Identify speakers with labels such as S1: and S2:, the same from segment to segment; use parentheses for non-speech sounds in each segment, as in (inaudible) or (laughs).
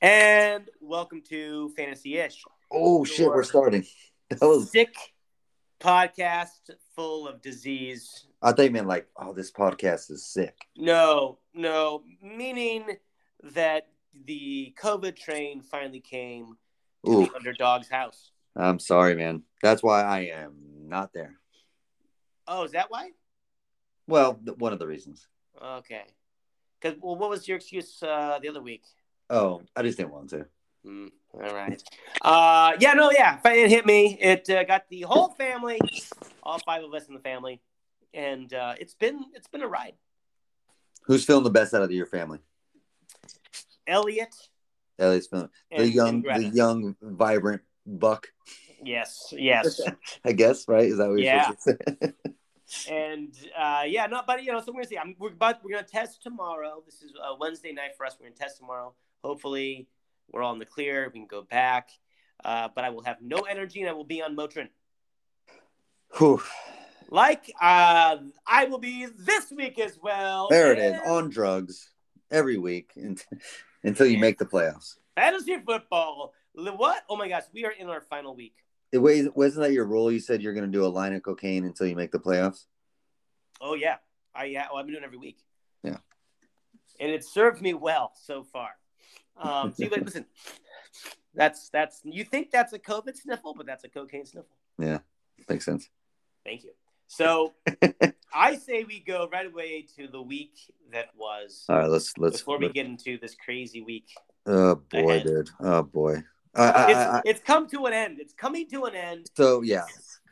S1: And welcome to Fantasy Ish.
S2: Oh shit, we're starting. (laughs) That was
S1: Sick podcast full of disease.
S2: I think man like, oh this podcast is sick.
S1: No, no, meaning that the COVID train finally came to
S2: Ooh,
S1: the underdog's house.
S2: I'm sorry, man. That's why I am not there.
S1: Oh, is that why?
S2: Well, th- one of the reasons.
S1: Okay. Because well, what was your excuse uh, the other week?
S2: Oh, I just didn't want to.
S1: Mm, all right. Uh, yeah, no, yeah. fi- It hit me. It uh, got the whole family, all five of us in the family, and uh, it's been it's been a ride.
S2: Who's feeling the best out of your family?
S1: Elliot
S2: Ellie's feeling
S1: and,
S2: the young,
S1: and Greta.
S2: the young, vibrant buck.
S1: Yes,
S2: (laughs)
S1: yes,
S2: I guess right? Is that what you're
S1: Yeah.
S2: supposed to say?
S1: and uh, yeah, no, but you know, so we're gonna see. I'm, we're about we're gonna test tomorrow. This is uh, Wednesday night for us. We're gonna test tomorrow. Hopefully, we're all in the clear. We can go back. Uh, but I will have no energy, and I will be on Motrin.
S2: (laughs) Whew.
S1: Like uh, I will be this week as well.
S2: There it is.
S1: And
S2: On drugs every week (laughs) unt- until you make the playoffs.
S1: fantasy football. Li- What? Oh my gosh, we are in our final week.
S2: It was, wasn't that your rule? You said you're going to do a line of cocaine until you make the playoffs.
S1: Oh yeah, I yeah. Oh, I've been doing it every week.
S2: Yeah.
S1: and it served me well so far. Um, so you like, listen, that's that's you think that's a COVID sniffle, but that's a cocaine sniffle.
S2: Makes sense.
S1: Thank you.
S2: (laughs)
S1: So I say we go right away to the week that was
S2: All right, let's Uh, let's.
S1: before we get into this crazy week.
S2: oh boy,
S1: ahead.
S2: dude. Oh boy. I, I,
S1: It's,
S2: I, I-
S1: it's come to an end. It's coming to an end.
S2: so yeah,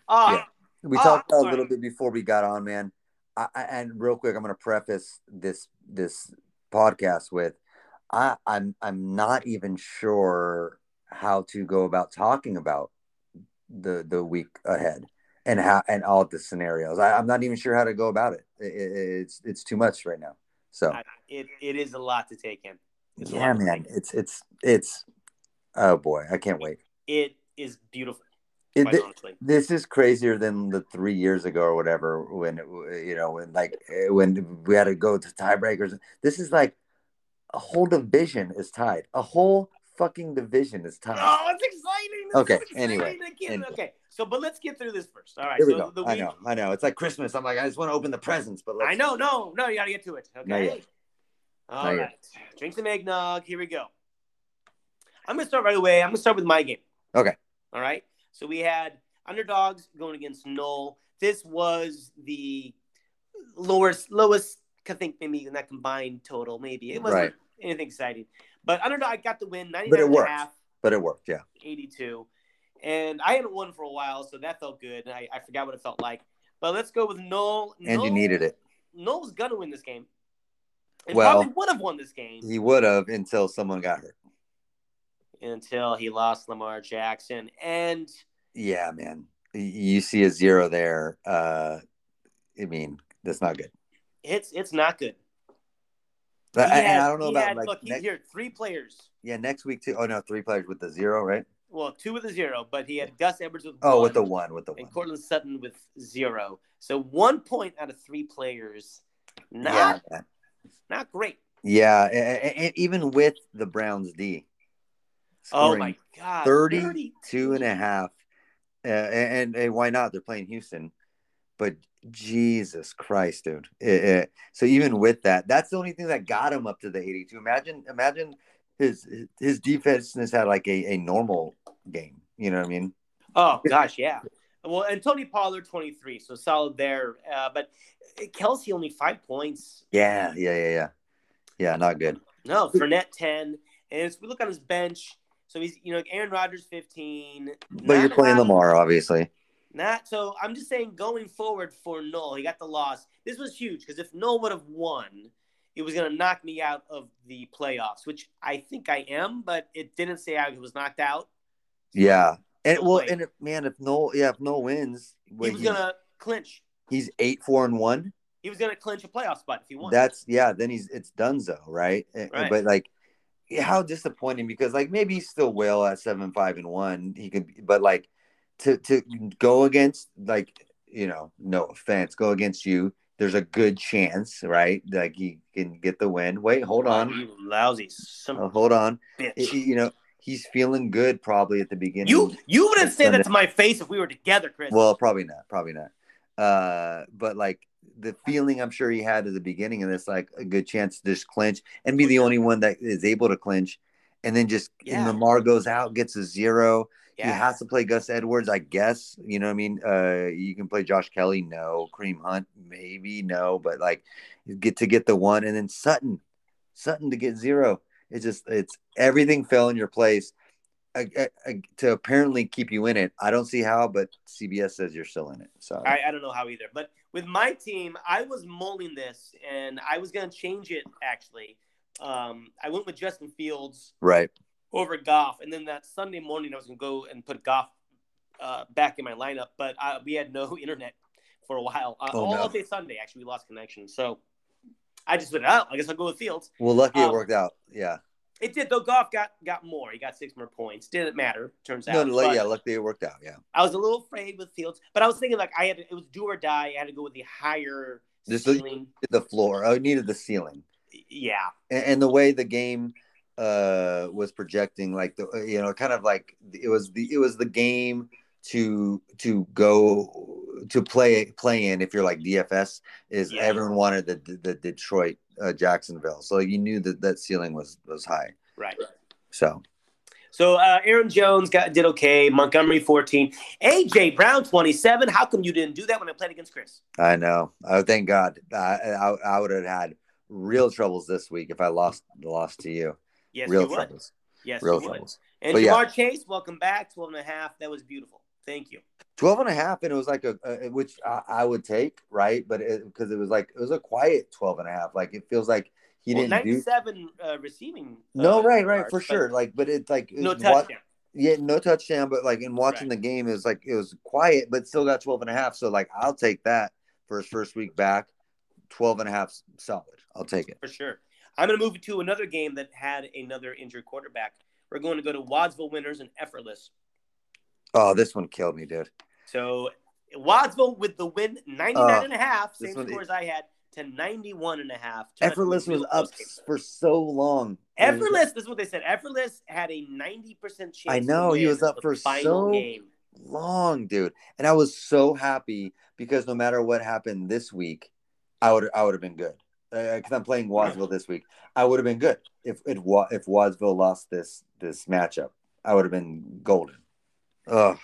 S1: Uh,
S2: Yeah. we
S1: Oh,
S2: talked a
S1: sorry.
S2: little bit before we got on, man. I, I, and real quick, I'm going to preface this this podcast with, I, I'm I'm not even sure how to go about talking about the the week ahead and how and all the scenarios. I, I'm not even sure how to go about it. I- I- it's it's too much right now. So
S1: I- it, it is a lot to take in. it's a
S2: yeah,
S1: lot to
S2: man,
S1: take.
S2: it's it's it's oh boy, I can't wait.
S1: It is beautiful,
S2: It-
S1: quite honestly.
S2: this is crazier than the three years ago or whatever when it, you know when like eh, when we had to go to tiebreakers this is like a whole division is tied a whole fucking division is tied
S1: Oh, it's exciting. It's
S2: Okay,
S1: so exciting.
S2: anyway,
S1: I can't-
S2: anyway.
S1: Okay, so but let's get through this first. All right.
S2: here we
S1: so
S2: go
S1: The week,
S2: i know i know it's like christmas i'm like i just want to open the presents but let's,
S1: I know. No, no, you gotta get to it.
S2: Not
S1: Okay.
S2: yet.
S1: All
S2: Not
S1: right.
S2: yet.
S1: Drink some eggnog. Here we go. I'm gonna start right away. I'm gonna start with my game.
S2: Okay.
S1: All right. So we had underdogs going against Knoll. This was the lowest, lowest. I think maybe in that combined total. Maybe it wasn't
S2: Right.
S1: anything exciting, but underdog got the win. 99
S2: But it
S1: and a
S2: worked.
S1: half.
S2: but it worked yeah
S1: 82. And I hadn't won for a while, so that felt good. And I, I forgot what it felt like. But let's go with Noel.
S2: and you
S1: Noel-
S2: needed it
S1: Noel's going to win this game. And
S2: Well-
S1: probably would have won this game
S2: he would have until someone got hurt
S1: until he lost Lamar Jackson. And
S2: yeah man Y- you see a zero there uh i mean that's not good
S1: it's it's not good.
S2: but
S1: He
S2: I, and
S1: had-
S2: I don't know
S1: he
S2: about
S1: had-
S2: like
S1: look, he-
S2: next,
S1: here, three players.
S2: yeah next week too oh no three players with the zero right
S1: Well, two with a zero, but he had Gus Edwards with
S2: Oh,
S1: one
S2: with the one, with the one.
S1: and Cortland Sutton with zero. So one point out of three players. Not
S2: yeah, man.
S1: not great.
S2: yeah, and, even with the Browns D,
S1: Oh
S2: scoring
S1: my god.
S2: 32 and a half. Uh, and, and, and why not? They're playing Houston, but Jesus Christ, dude! It- it- so even with that, that's the only thing that got him up to the eighty-two. Imagine, imagine his his defense has had like a, a normal game. You know what I mean?
S1: Oh gosh, yeah. Well, and Tony Pollard twenty three, so solid there. Uh, but Kelsey only five points.
S2: Yeah, yeah, yeah, yeah, yeah. Not good.
S1: No, Fournette ten, and as we look on his bench, so he's you know Aaron Rodgers fifteen.
S2: But you're playing Lamar, obviously.
S1: Not so. I'm just saying, going forward for Noel, he got the loss. This was huge because if Noel would have won, it was going to knock me out of the playoffs, which I think I am, but it didn't say I was knocked out.
S2: Yeah. And
S1: So,
S2: well,
S1: like-
S2: and if, man, if Noel, yeah, if Noel wins,
S1: He
S2: wait,
S1: was
S2: he's,
S1: going to clinch.
S2: he's eight four and one.
S1: He was going to clinch a playoff spot if he won.
S2: That's yeah. Then he's it's Dunzo, right? And-
S1: Right.
S2: But like, how disappointing because like maybe he still will at seven five and one. He could, but like to to go against like you know, no offense, go against you there's a good chance, right? Like he can get the win. Wait, hold on.
S1: You lousy son
S2: Uh,
S1: of
S2: hold on.
S1: a bitch.
S2: It- you know, he's feeling good probably at the beginning.
S1: you you wouldn't
S2: it's
S1: say that
S2: Sunday.
S1: to my face if we were together, Chris.
S2: Well, probably not. Probably not. Uh, but like the feeling I'm sure he had at the beginning of this, like a good chance to just clinch and be the only one that is able to clinch. And then just
S1: Yeah.
S2: and Lamar goes out, gets a zero. He
S1: yeah.
S2: has to play Gus Edwards, I guess. You know what I mean? Uh, you can play Josh Kelly, no. Cream Hunt, maybe no. But like, you get to get the one, and then Sutton, Sutton to get zero. It's just it's everything fell in your place uh, uh, uh, to apparently keep you in it. I don't see how, but CBS says you're still in it. So
S1: I, I don't know how either. But with my team, I was mulling this and I was going to change it actually. Um, I went with Justin Fields
S2: right,
S1: over Goff. And then that Sunday morning, I was going to go and put Goff uh, back in my lineup. But uh, we had no (laughs) internet for a while. Uh,
S2: Oh,
S1: all,
S2: no.
S1: day Sunday, actually, we lost connection. So I just went, oh, I guess I'll go with Fields.
S2: well, lucky
S1: Um,
S2: it worked out. Yeah,
S1: It did, though. Goff got, got more. He got six more points. Didn't matter, turns out.
S2: no, no,
S1: But-
S2: yeah, luckily it worked out. Yeah,
S1: I was a little afraid with Fields, but I was thinking like I had it was do or die. I had to go with the higher
S2: Just the-
S1: ceiling.
S2: the floor. I needed the ceiling.
S1: yeah,
S2: and, and the way the game uh was projecting like the uh, you know kind of like it was the it was the game to to go to play play in if you're like DFS is
S1: Yeah.
S2: everyone wanted the the Detroit uh, Jacksonville so you knew that that ceiling was was high
S1: right.
S2: so
S1: So uh, Aaron Jones got did okay. Montgomery fourteen, AJ Brown twenty seven. How come you didn't do that when I played against Chris?
S2: I know I thank God I I, I would have had real troubles this week if I lost lost to you
S1: Yes,
S2: real
S1: you would.
S2: troubles
S1: Yes,
S2: real
S1: you would.
S2: troubles
S1: And
S2: But yeah.
S1: Jamar Chase, welcome back. 12 and a half. That was beautiful. Thank you.
S2: 12 and a half and it was like a, a which I, I would take right but because it, was like it was a quiet 12 and a half like it feels like he
S1: well,
S2: didn't do
S1: 97 uh, receiving.
S2: no
S1: uh,
S2: right right
S1: yards,
S2: for
S1: but
S2: sure like but it's like
S1: No
S2: it's wa-
S1: touchdown.
S2: yeah no touchdown but like in watching the game it was like it was quiet but still got 12 and a half so like i'll take that for his first week back 12 and a half solid i'll take it
S1: for sure. I'm going to move to another game that had another injured quarterback. We're going to go to Wadsville winners and effortless.
S2: oh this one killed me dude
S1: So Wadsville with the win 99 and a half,
S2: Uh, this
S1: same
S2: one-
S1: score as I had, to 91 and a half.
S2: effortless was up for so long
S1: Effortless, this is what they said. Effortless had a 90% chance.
S2: I
S1: to
S2: know, he
S1: win
S2: was up
S1: the
S2: for
S1: final
S2: so-
S1: game.
S2: long, dude. And I was so happy because no matter what happened this week, I would I would have been good because I'm playing Wasville this week. I would have been good if it wa- if Wasville lost this this matchup. I would have been golden. Oh, Ugh.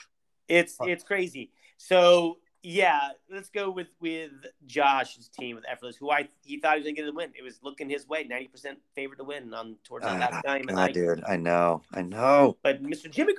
S1: It's it's crazy. So yeah, let's go with with Josh's team with effortless, who I he thought he was gonna get the win. It was looking his way, ninety percent favored to win on towards on
S2: Ah,
S1: that time. and
S2: God,
S1: I-
S2: dude, I know, I know.
S1: But Mr. Jimmy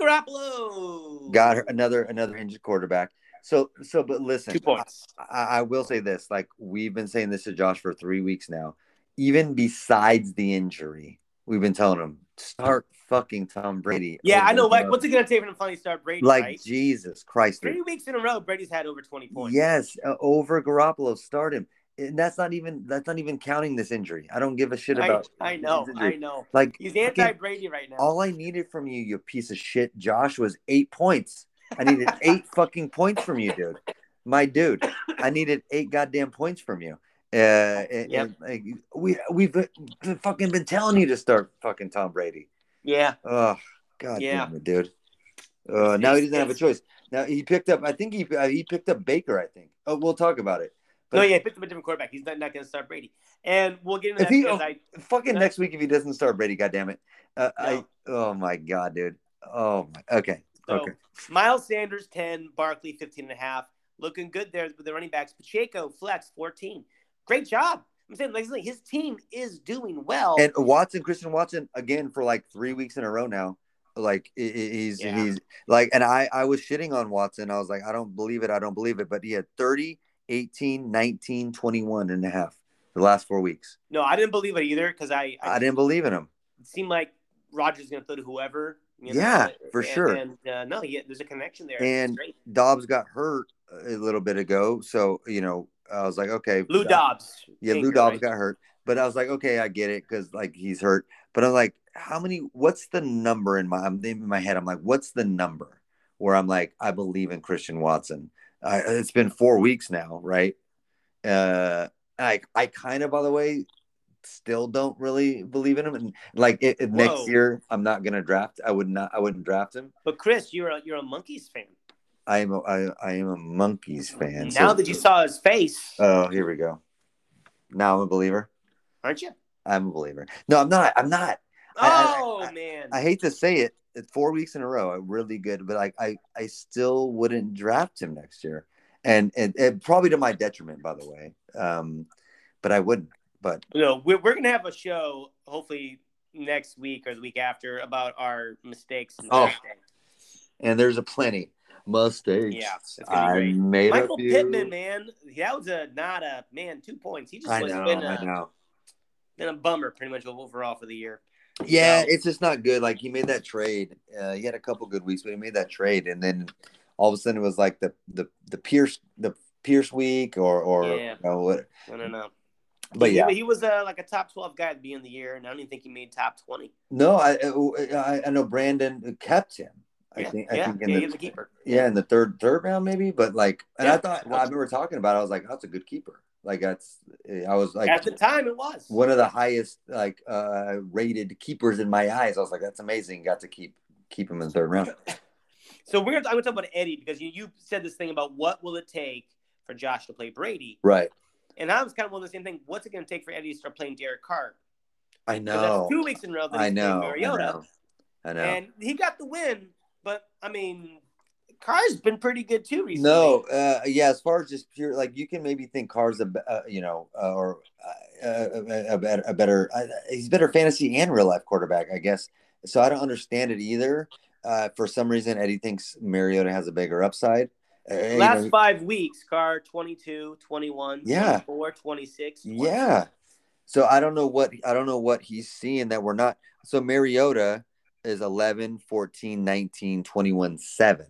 S1: Garoppolo
S2: Got her another another injured quarterback. So so, but listen,
S1: two points.
S2: I, I will say this: like we've been saying this to Josh for three weeks now. Even besides the injury, we've been telling him start fucking Tom Brady.
S1: Yeah, I
S2: over
S1: know.
S2: and
S1: Like,
S2: over.
S1: what's it gonna take for him to finally start Brady?
S2: like
S1: right?
S2: Jesus Christ, dude.
S1: Three weeks in a row, Brady's had over 20 points.
S2: yes, uh, over Garoppolo, start him. And that's not even that's not even counting this injury. I don't give a shit
S1: I,
S2: about.
S1: I know.
S2: this injury.
S1: I know.
S2: like
S1: He's
S2: fucking-
S1: anti Brady right now.
S2: All I needed from you, you piece of shit, Josh, was eight points.
S1: (laughs)
S2: I needed eight fucking points from you, dude. My dude, I needed eight goddamn points from you. Uh, and-
S1: Yep.
S2: and, like, we we've been, been fucking been telling you to start fucking Tom Brady.
S1: Yeah.
S2: Oh god
S1: Yeah.
S2: damn it, dude. Uh, now he doesn't have a choice. Now he picked up. I think he uh, he picked up Baker. I think. Oh, we'll talk about it.
S1: no, yeah, he picked up a different quarterback. He's not, not going to start Brady. And we'll get into
S2: If
S1: that
S2: he-
S1: because
S2: oh,
S1: I,
S2: Fucking
S1: Yeah.
S2: next week if he doesn't start Brady, goddamn it. Uh, I.
S1: No.
S2: Oh my god, dude. Oh my. Okay.
S1: So,
S2: okay.
S1: Miles Sanders, 10, Barkley, 15 and a half. Looking good there with the running backs. Pacheco, flex, 14. Great job. I'm saying, like, his team is doing well.
S2: and Watson, Christian Watson, again for like three weeks in a row now. Like he- he- he's
S1: Yeah.
S2: he's like, and I I was shitting on Watson. I was like, I don't believe it. I don't believe it. But he had 30, 18, 19, 21 and a half the last four weeks.
S1: no, I didn't believe it either because I, I,
S2: I didn't believe in him.
S1: it seemed like Rogers is going to throw to whoever. you know,
S2: Yeah, for
S1: and-
S2: sure.
S1: And uh, no, yeah, there's a connection there.
S2: And-
S1: It's great.
S2: Dobbs got hurt a little bit ago, so you know I was like, okay,
S1: Lou Dobbs.
S2: Yeah, Lou
S1: Tinker,
S2: Dobbs
S1: right?
S2: got hurt, but I was like, okay, I get it because like he's hurt. But I'm like, how many? What's the number in my I'm in my head? I'm like, what's the number where I'm like, I believe in Christian Watson. I, it's been four weeks now, right? Uh, I I kind of, by the way, still don't really believe in him. And like it, it-
S1: Whoa.
S2: next year, I'm not gonna draft. I would not. I wouldn't draft him.
S1: But Chris, you're a, you're a monkeys fan.
S2: I am. A, I, I am a monkeys fan.
S1: now
S2: so-
S1: that you saw his face,
S2: Oh, here we go. Now I'm a believer.
S1: aren't you?
S2: I'm a believer. No, I'm not. I'm not. I- I-
S1: Oh man,
S2: I hate to say it. it's Four weeks in a row, I'm really good, but like I, I still wouldn't draft him next year, and and, and probably to my detriment, by the way. Um, but I wouldn't. But
S1: no, we're we're gonna have a show hopefully next week or the week after about our mistakes. in
S2: Oh.
S1: drafting.
S2: and there's a plenty mistakes.
S1: Yeah, it's gonna be
S2: I
S1: great.
S2: made a
S1: Michael
S2: few.
S1: Pittman, man, that was a not a man two points. He just
S2: I
S1: was
S2: know,
S1: been,
S2: I
S1: a,
S2: know.
S1: been a bummer pretty much overall for the year.
S2: Yeah,
S1: So-
S2: it's just not good. Like he made that trade. Uh, he had a couple good weeks, but he made that trade, and then all of a sudden it was like the the the Pierce the Pierce week or or
S1: Yeah.
S2: you know, what.
S1: I don't know.
S2: But
S1: he,
S2: yeah,
S1: he was uh, like a top twelve guy at the beginning of the year, and I don't even think he made top twenty.
S2: No, I I, I know Brandon kept him. I
S1: yeah,
S2: think I
S1: yeah,
S2: think in
S1: yeah,
S2: the,
S1: he was a keeper.
S2: yeah in the third third round maybe, but like and I
S1: Yeah.
S2: thought I remember talking about it, I was like that's a good keeper. Like that's eh, I was like
S1: at the time, it was
S2: one of the highest like uh rated keepers in my eyes. I was like that's amazing. Got to keep keep him in the third round.
S1: So we're gonna, I'm gonna talk about Eddie because you, you said this thing about what will it take for Josh to play Brady,
S2: Right.
S1: and I was kind of on the same thing. What's it gonna take for Eddie to start playing Derek Carr?
S2: I
S1: 'Cause
S2: know.
S1: that's two weeks in a row that
S2: I
S1: he's
S2: know. I
S1: playing Mariota,
S2: know. I know.
S1: and he got the win. But I mean, Carr's been pretty good too recently.
S2: No, uh, yeah. As far as just pure, like you can maybe think Carr's a, be- uh, you know, uh, or uh, a, a better, a better uh, he's a better fantasy and real life quarterback, I guess. So I don't understand it either. Uh, for some reason, Eddie thinks Mariota has a bigger upside. Uh, you
S1: Last
S2: know,
S1: five weeks, Carr 22, 21,
S2: Yeah.
S1: 24, 26. 20.
S2: yeah. So I don't know what I don't know what he's seeing that we're not. So Mariota is 11, 14, 19, 21, 7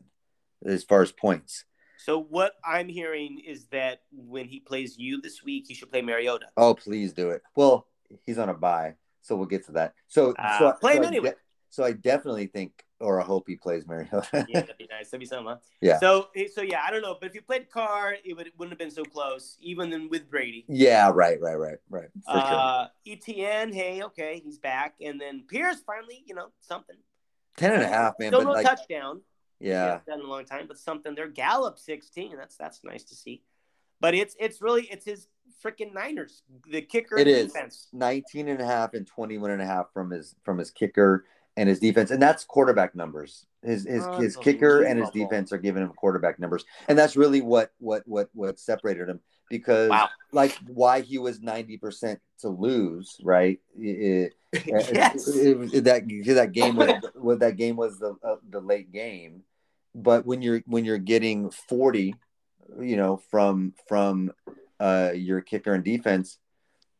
S2: as far as points.
S1: So what I'm hearing is that when he plays you this week, he should play
S2: (laughs)
S1: Mariota.
S2: Oh, please do it. Well, he's on a buy, so we'll get to that. So,
S1: Ah,
S2: so
S1: play him
S2: so I
S1: anyway.
S2: de- so I definitely think, or I hope he plays Mariota.
S1: yeah, that'd be nice. That'd be something. Huh?
S2: Yeah.
S1: So, eh, so yeah, I don't know, but if you played Carr, it would wouldn't have been so close, even then with Brady.
S2: (laughs) yeah, right, right, right, right. For sure.
S1: Uh, ETN, hey, okay, he's back, and then Pierce finally, you know, something.
S2: Ten and a half, man.
S1: Still
S2: But
S1: no
S2: like,
S1: touchdown.
S2: yeah,
S1: done in a long time, but something. They're Gallup sixteen. That's that's nice to see. But it's it's really it's his freaking Niners, the kicker
S2: It
S1: and
S2: is.
S1: defense.
S2: 19 and a half and 21 and a half from his from his kicker and his defense, and that's quarterback numbers. His his his kicker and his
S1: Unbelievable.
S2: defense are giving him quarterback numbers, and that's really what what what what separated him because
S1: Wow.
S2: like why he was 90 percent to lose, right? It- it-
S1: (laughs) yes.
S2: it- it- that that game was what that game was the uh, the late game, but when you're when you're getting 40, you know from from uh, your kicker and defense,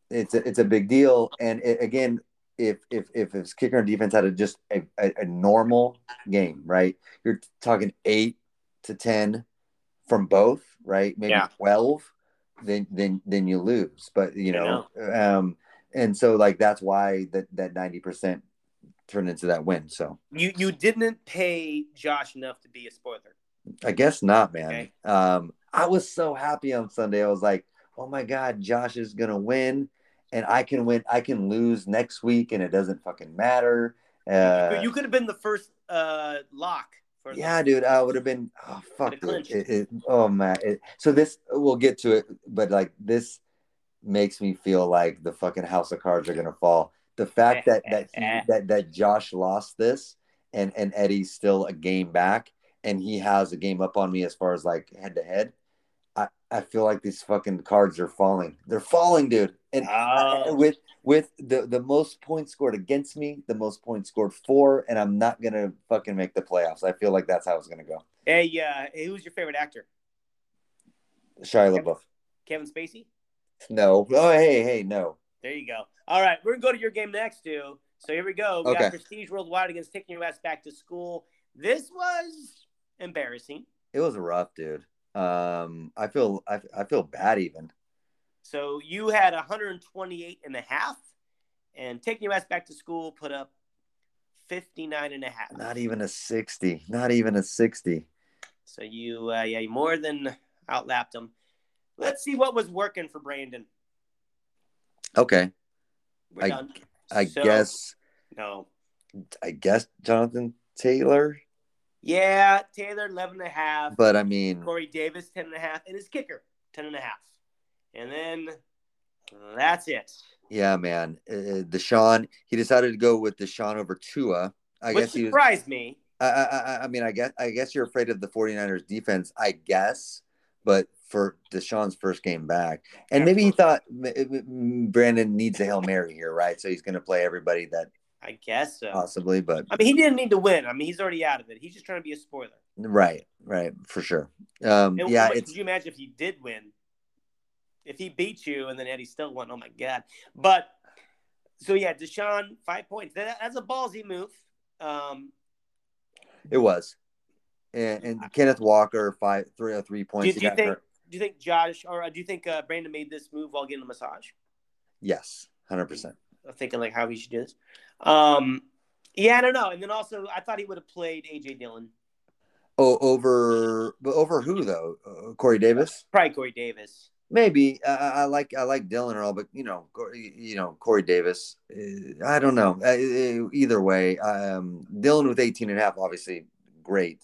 S2: it's a, it's a big deal. And it, again, if if if his kicker and defense had a, just a, a, a normal game, right? You're talking eight to ten from both, right? Maybe
S1: Yeah.
S2: twelve, then then then you lose. But you
S1: I
S2: know, um, and so like that's why that that ninety percent turned into that win. So
S1: You you didn't pay Josh enough to be a spoiler.
S2: I guess not, man.
S1: Okay.
S2: Um, I was so happy on Sunday. I was like, oh my God, Josh is going to win and I can win. I can lose next week and it doesn't fucking matter. Uh,
S1: But you could have been the first uh, lock for the-
S2: yeah, dude, I would have been, oh, fuck.
S1: Could've
S2: Dude.
S1: clinched.
S2: It, it, oh, man. It, so this, we'll get to it, but like this makes me feel like the fucking house of cards are going to fall. The fact that, that, he, that, that Josh lost this and, and Eddie's still a game back and he has a game up on me as far as like head to head. I, I feel like these fucking cards are falling. They're falling, dude. And
S1: Oh.
S2: with with the, the most points scored against me, the most points scored for, and I'm not gonna fucking make the playoffs. I feel like that's how it's gonna go.
S1: Hey, uh, hey, who's your favorite actor?
S2: Shia LaBeouf.
S1: Kevin Spacey.
S2: No. Oh hey, hey, no.
S1: There you go. All right, we're gonna go to your game next, dude. So here we go. We
S2: Okay.
S1: got Prestige Worldwide against taking your ass back to school. This was embarrassing.
S2: It was rough, dude. Um I feel I, I feel bad even.
S1: So you had 128 and a half, and taking your ass back to school put up 59 and a half.
S2: Not even a sixty. Not even a sixty.
S1: So you, uh, yeah, you more than outlapped them. Let's see what was working for Brandon.
S2: Okay.
S1: We're
S2: I-
S1: done.
S2: I
S1: So-
S2: guess
S1: No.
S2: I guess Jonathan Taylor.
S1: Yeah, Taylor, 11 and a half.
S2: But I mean
S1: Corey Davis, 10 and a half. And his kicker, 10 and a half. And then that's it.
S2: yeah, man. Uh, Deshaun, he decided to go with Deshaun over Tua. I
S1: Which
S2: guess he was
S1: surprised me.
S2: I, I, I- I mean, I guess I guess you're afraid of the 49ers defense, I guess, but for Deshaun's first game back, and maybe he thought m- m- Brandon needs a hail mary here, right? So he's going to play everybody that
S1: I guess so.
S2: possibly, but
S1: I mean, he didn't need to win. I mean, he's already out of it. He's just trying to be a spoiler.
S2: right, right, for sure. Um,
S1: And
S2: yeah,
S1: what
S2: it's
S1: could you imagine if he did win? If he beat you and then Eddie still won, oh my god! But so yeah, Deshaun five points. That, that's a ballsy move. Um,
S2: it was, and, and Kenneth Walker five three or three points.
S1: Did
S2: he
S1: you
S2: got
S1: think-
S2: hurt.
S1: do you think Josh or uh, do you think uh, Brandon made this move while getting a massage?
S2: Yes, hundred percent.
S1: I'm thinking like how he should do this. Um, yeah, I don't know. And then also, I thought he would have played AJ Dillon,
S2: Oh, over but over who though? Uh, Corey Davis.
S1: probably Corey Davis.
S2: Maybe I, I I like I like Dylan and all, but you know, Cor- you know Corey Davis. uh, I don't know. Uh, uh, Either way, um, Dylan with 18 and a half, obviously great.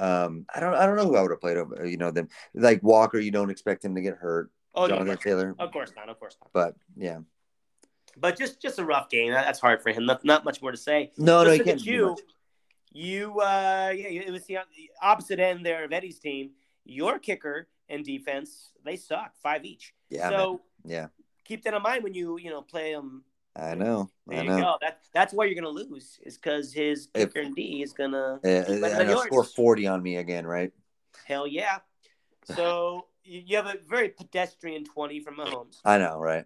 S2: Um, I don't I don't know who I would have played over. You know them like Walker. You don't expect him to get hurt.
S1: Oh, no,
S2: Jonathan Taylor,
S1: of course not. Of course not.
S2: but yeah,
S1: But just just a rough game. That, that's hard for him. Not, not much more to say.
S2: no, Oh, no,
S1: Just
S2: he
S1: look
S2: can't.
S1: at
S2: do
S1: you.
S2: much.
S1: You, uh, yeah, it was the opposite end there of Eddie's team. Your kicker and defense, they suck, five each.
S2: Yeah,
S1: so
S2: man.
S1: keep that in mind when you, you know, play him.
S2: I know.
S1: There
S2: I
S1: you
S2: know.
S1: go. That, that's why you're going to lose, is because his
S2: If-
S1: kicker and D is going to.
S2: Uh,
S1: Keep better
S2: and
S1: than
S2: they'll
S1: yours.
S2: score 40 on me again, right?
S1: Hell yeah. So you you have a very pedestrian 20 from Mahomes,
S2: I know, right?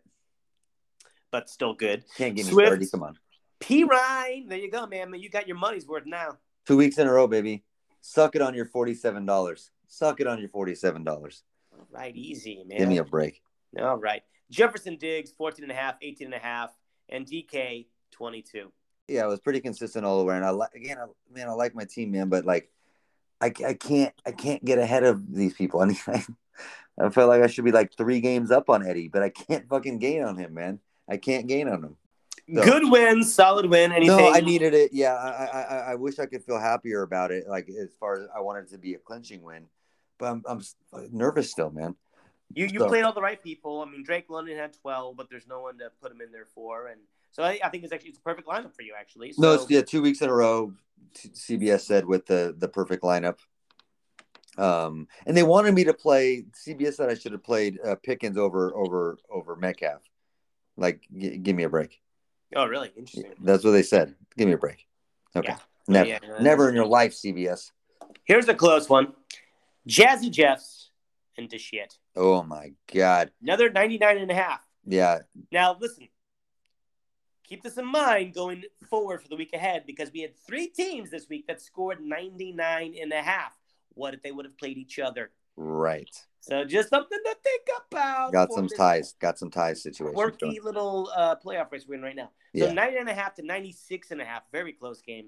S1: but still good.
S2: Can't get me
S1: Swift.
S2: 30. Come on,
S1: P. Ryan, there you go, man. man. You got your money's worth now.
S2: two weeks in a row, baby. Suck it on your forty-seven dollars. Suck it on your forty-seven dollars.
S1: All right, easy, man.
S2: Give me a break.
S1: All right. Jefferson Diggs, 14 and a half, 18 and a half, and DK, 22.
S2: Yeah, it was pretty consistent all the way. And I like again, I, man, I like my team, man, but like, I, ca- I can't I can't get ahead of these people. (laughs) And I, I felt like I should be like three games up on Eddie, but I can't fucking gain on him, man. I can't gain on him. No.
S1: Good win, solid win. Anything?
S2: No, I needed it. Yeah, I, I I- I wish I could feel happier about it. Like as far as I wanted it to be a clinching win, but I'm I'm s- nervous still, man.
S1: You, you
S2: So-
S1: played all the right people. I mean, Drake London had 12, but there's no one to put him in there for. And so I, I think it's actually it's a perfect lineup for you, actually. So
S2: No, it's yeah, two weeks in a row. t- CBS said with the the perfect lineup. Um, and they wanted me to play. CBS said I should have played uh, Pickens over over over Metcalf. Like, g- give me a break.
S1: Oh, really? Interesting.
S2: That's what they said. Give me a break. Okay,
S1: Yeah. Oh,
S2: never,
S1: Yeah, yeah.
S2: never in your life, CBS.
S1: Here's a close one Jazzy Jeffs and Deshit.
S2: Oh my god.
S1: Another 99 and a half.
S2: Yeah,
S1: Now, listen, keep this in mind going forward for the week ahead because we had three teams this week that scored 99 and a half. What if they would have played each other?
S2: right.
S1: So just something to think about.
S2: Got
S1: for
S2: some
S1: this
S2: ties. Got some ties situation.
S1: Quirky little uh, playoff race we're in right now. So
S2: Yeah.
S1: 99 and a half to 96 and a half. Very close game.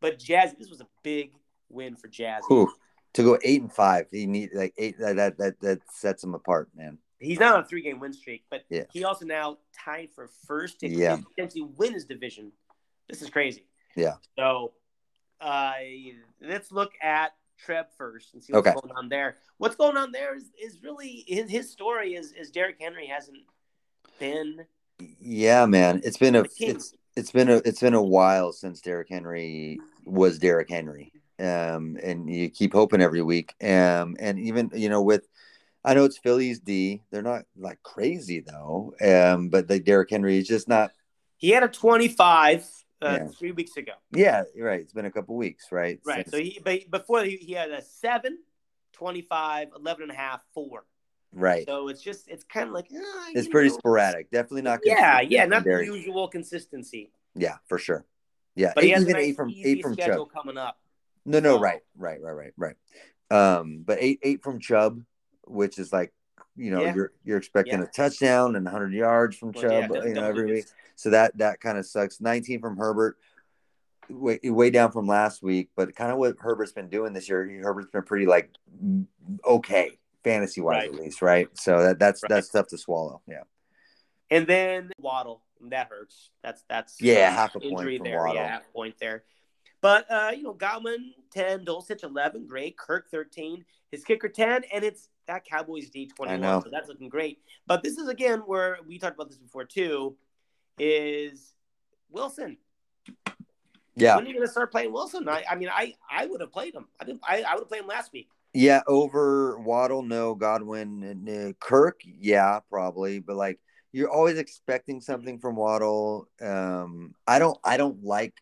S1: But Jazz, this was a big win for Jazz.
S2: Whew. To go eight and five, he need like eight. That that that, that sets him apart, man.
S1: He's not on a three game win streak, but
S2: Yeah.
S1: he also now tied for first to
S2: Yeah.
S1: potentially win his division. This is crazy.
S2: Yeah.
S1: So uh, let's look at Trev first and see what's
S2: Okay.
S1: going on there. What's going on there is, is really his, his story is, is Derrick Henry hasn't been
S2: Yeah, man. It's been a
S1: the king.
S2: it's it's been a it's been a while since Derrick Henry was Derrick Henry. Um, and you keep hoping every week. Um, and even you know with I know it's Phillies D. They're not like crazy though. Um, but the Derrick Henry is just not.
S1: He had a 25 uh,
S2: Yeah.
S1: three weeks ago.
S2: Yeah, you're right. It's been a couple weeks, right?
S1: Right.
S2: Since-
S1: So he, but before he, he had a 7, 25, 11 and a half, 4.
S2: right.
S1: So it's just, it's kind of like, ah,
S2: It's
S1: you
S2: pretty
S1: know.
S2: sporadic. Definitely not.
S1: Yeah,
S2: consistent
S1: yeah,
S2: from
S1: not the
S2: Derrick.
S1: usual consistency.
S2: Yeah, for sure. Yeah,
S1: But he
S2: eight-
S1: has
S2: even
S1: a nice,
S2: eight from
S1: easy
S2: eight from Chubb.
S1: schedule coming up.
S2: No, no,
S1: So-
S2: right, right, right, right, right. Um, but eight eight from Chubb, which is like, you know,
S1: Yeah.
S2: you're you're expecting
S1: Yeah.
S2: a touchdown and 100 yards from
S1: Well, yeah,
S2: Chubb,
S1: double-
S2: you know,
S1: double
S2: every week.
S1: digits.
S2: So that that kind of sucks. 19 from Herbert, way, way down from last week, but kind of what Herbert's been doing this year. Herbert's been pretty like mm, okay, fantasy wise
S1: Right.
S2: at least, right? So that that's
S1: Right.
S2: that's tough to swallow. Yeah,
S1: And then Waddle, that hurts. That's that's
S2: Yeah,
S1: uh,
S2: half a point from
S1: there.
S2: Waddle.
S1: Yeah, half point there. But uh, you know, Godwin ten, Dulcich eleven, great. Kirk thirteen, his kicker ten, and it's that Cowboys D
S2: I
S1: twenty
S2: know.
S1: one. So that's looking great. But this is again where we talked about this before too. Is Wilson?
S2: yeah,
S1: When are you going to start playing Wilson? I, I mean, I I would have played him. I didn't, I, I would have played him last week.
S2: yeah. Over Waddle, no. Godwin, and, uh, Kirk, yeah, probably. But like you're always expecting something from Waddle. Um, I don't, I don't like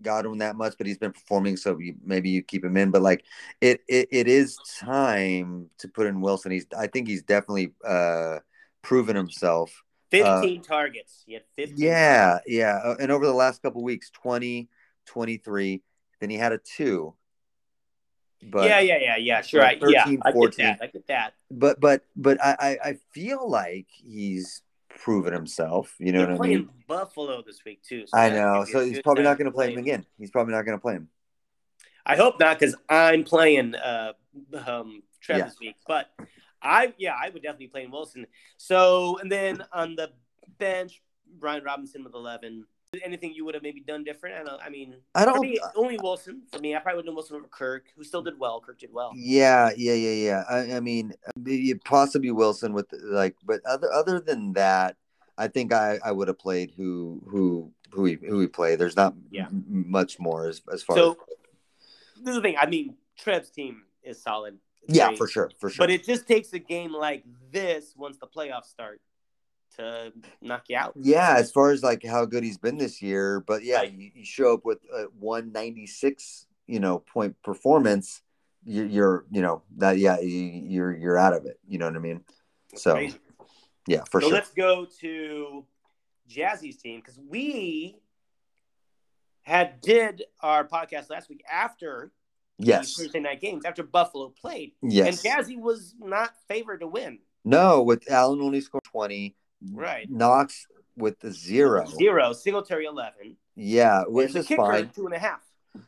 S2: Godwin that much, but he's been performing, so you, maybe you keep him in. But like it, it, it is time to put in Wilson. He's, I think he's definitely uh proven himself.
S1: Fifteen targets. He had fifteen.
S2: Uh, Yeah, yeah. Uh, And over the last couple weeks, 20, 23, then he had a 2. But
S1: yeah, yeah, yeah, yeah. Sure.
S2: Like
S1: I- yeah,
S2: 13,
S1: I get
S2: 14.
S1: that. I get that.
S2: but but but I I I feel like he's proven himself, you know
S1: They're
S2: what I
S1: playing
S2: mean?
S1: Buffalo this week too.
S2: I
S1: that could
S2: know.
S1: be a
S2: So he's
S1: good
S2: probably
S1: time
S2: not going to play him again. He's probably not going to play him.
S1: I hope not because I'm playing uh, um, Trev
S2: Yeah.
S1: this week. But I, yeah, I would definitely be playing Wilson. So and then on the bench, Brian Robinson with 11. Anything you would have maybe done different? I, don't, I mean,
S2: I
S1: for
S2: don't-
S1: me, only Wilson for me. I probably would have Wilson over Kirk, who still did well. Kirk did well.
S2: Yeah, yeah, yeah, yeah. I, I mean, maybe- possibly Wilson with like, but other other than that, I think I I would have played who who who we who we play. There's not
S1: Yeah.
S2: m- much more as as far
S1: So
S2: as
S1: this is the thing. I mean, Trev's team is solid. It's
S2: yeah,
S1: great.
S2: for sure, for sure.
S1: But it just takes a game like this once the playoffs start to knock you out.
S2: Yeah, as far as like how good he's been this year, but yeah,
S1: Right.
S2: you, you show up with a 196, you know, point performance, you, you're, you know, that yeah, you, you're you're out of it. You know what I mean?
S1: It's
S2: So
S1: crazy.
S2: yeah, for
S1: so
S2: sure.
S1: let's go to Jazzy's team because we had did our podcast last week after
S2: Yes,
S1: the Thursday night games after Buffalo played,
S2: yes.
S1: and Jazzy was not favored to win.
S2: No, with Allen only scored 20.
S1: Right.
S2: Knox with the zero.
S1: Zero. Singletary eleven.
S2: Yeah, which
S1: and the
S2: is
S1: kicker
S2: fine.
S1: two and a half.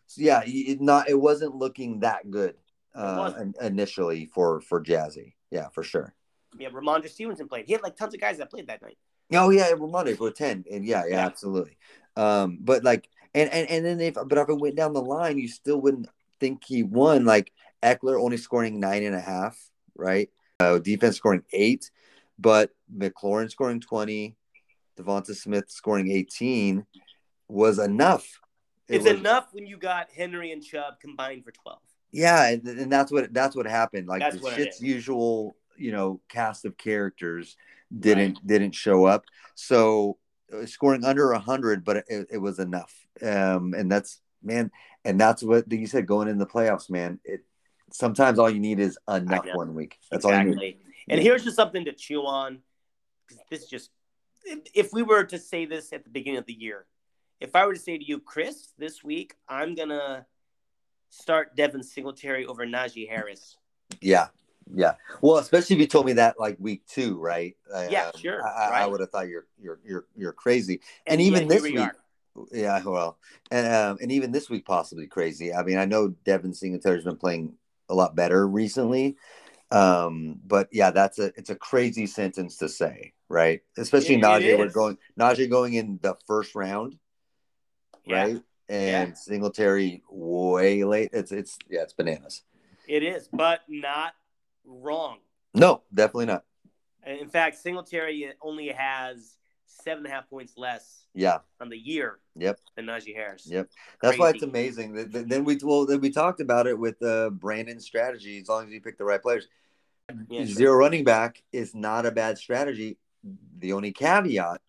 S2: So, yeah, y- it not it wasn't looking that good uh,
S1: wasn't.
S2: in- initially for for Jazzy. Yeah, for sure.
S1: Yeah, Ramondre Stevenson played. He had like tons of guys that played that night.
S2: Oh yeah, Ramondre for 10. And yeah, yeah,
S1: Yeah.
S2: absolutely. Um, but like and, and and then if but if it went down the line, you still wouldn't think he won. Like Eckler only scoring nine and a half, right? Uh, defense scoring eight, but McLaurin scoring 20, Devonta Smith scoring 18 was enough. It
S1: It's
S2: was-
S1: enough when you got Henry and Chubb combined for twelve.
S2: Yeah, and, and that's what that's what happened. Like
S1: That's
S2: the
S1: what it
S2: shit's
S1: is.
S2: usual, you know, cast of characters didn't didn't show up. So uh, scoring under hundred, but it, it was enough. Um, and that's man, and that's what you said going in the playoffs, man. It sometimes all you need is enough
S1: know.
S2: one week. That's all you need.
S1: exactly. And here's just something to chew on. 'cause This just, if we were to say this at the beginning of the year, if I were to say to you, Chris, this week I'm gonna start Devin Singletary over Najee Harris.
S2: Yeah, yeah. Well, especially if you told me that like week two, right? I,
S1: Yeah,
S2: um,
S1: sure,
S2: I, I- I
S1: right.
S2: would have thought you're you're you're you're crazy. And even
S1: yet
S2: this
S1: here we
S2: week-
S1: are.
S2: Yeah, well, and um, and even this week possibly crazy. I mean, I know Devin Singletary's been playing a lot better recently, um, but yeah, that's a it's a crazy sentence to say, right? Especially
S1: It
S2: Najee, we're
S1: is.
S2: going Najee going in the first round,
S1: Yeah,
S2: right? And Singletary way late. It's it's yeah, it's bananas.
S1: it is, but not wrong.
S2: No, definitely not.
S1: In fact, Singletary only has seven and a half points less
S2: Yeah,
S1: on the year.
S2: Yep.
S1: Than Najee Harris.
S2: Yep. that's why it's
S1: Crazy.
S2: amazing. That, that- then we well then we talked about it with uh, Brandon's strategy. As long as you pick the right players.
S1: Yeah, sure.
S2: zero running back is not a bad strategy. The only caveat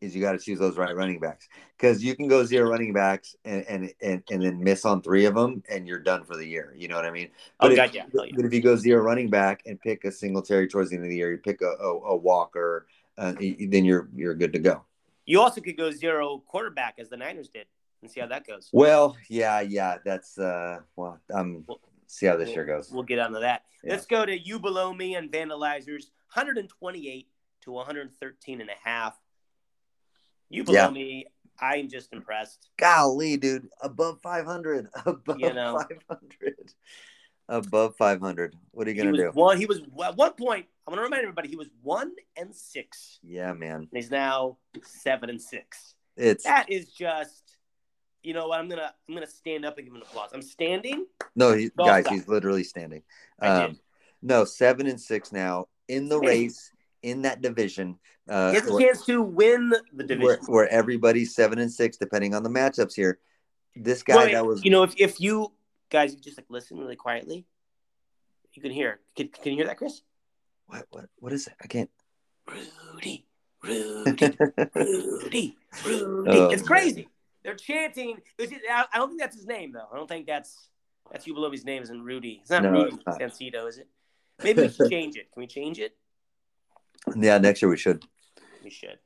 S2: is you got to choose those right running backs because you can go zero running backs and, and and and then miss on three of them and you're done for the year. You know what I mean? But,
S1: Oh,
S2: if,
S1: God, yeah. Oh, yeah.
S2: but if you go zero running back and pick a Singletary towards the end of the year, you pick a, a, a Walker, uh, y- y- then you're you're good to go.
S1: You also could go zero quarterback as the Niners did and see how that goes.
S2: Well, yeah, yeah, that's uh, well, um,
S1: Well-
S2: see how this year goes.
S1: We'll get onto that.
S2: Yeah.
S1: Let's go to you below me and vandalizers 128 to 113 and a half. You below
S2: Yeah.
S1: me, I'm just impressed.
S2: (laughs) Golly, dude, above 500, above
S1: You know.
S2: 500. above 500. What are you
S1: He
S2: gonna
S1: was
S2: do?
S1: one. He was at one point. I'm gonna remind everybody. He was one and six,
S2: Yeah, man.
S1: and he's now seven and six.
S2: It's
S1: That is just, you know, what I'm gonna I'm gonna stand up and give him an applause. I'm standing.
S2: no, he,
S1: Well
S2: guys.
S1: done.
S2: He's literally standing.
S1: I did.
S2: Um, no, seven and six now in the
S1: Hey.
S2: race in that division. Uh,
S1: He has a
S2: where-
S1: chance to win the
S2: where,
S1: division.
S2: where everybody's seven and six, depending on the matchups here. This guy
S1: Well,
S2: that was
S1: you know, if, if you guys you just like listen really quietly, you can hear. Can, can you hear that, Chris?
S2: what, what what is it? I can't.
S1: Rudy, Rudy,
S2: (laughs)
S1: Rudy, Rudy.
S2: Oh,
S1: it's
S2: man.
S1: crazy. They're chanting. It's- I I don't think that's his name though. I don't think that's that's Ubalovi's name. Isn't Rudy? It's not
S2: No,
S1: Rudy
S2: it's not.
S1: Sancito, is it? Maybe we should change it. Can we change it?
S2: yeah, next year we should.
S1: We should.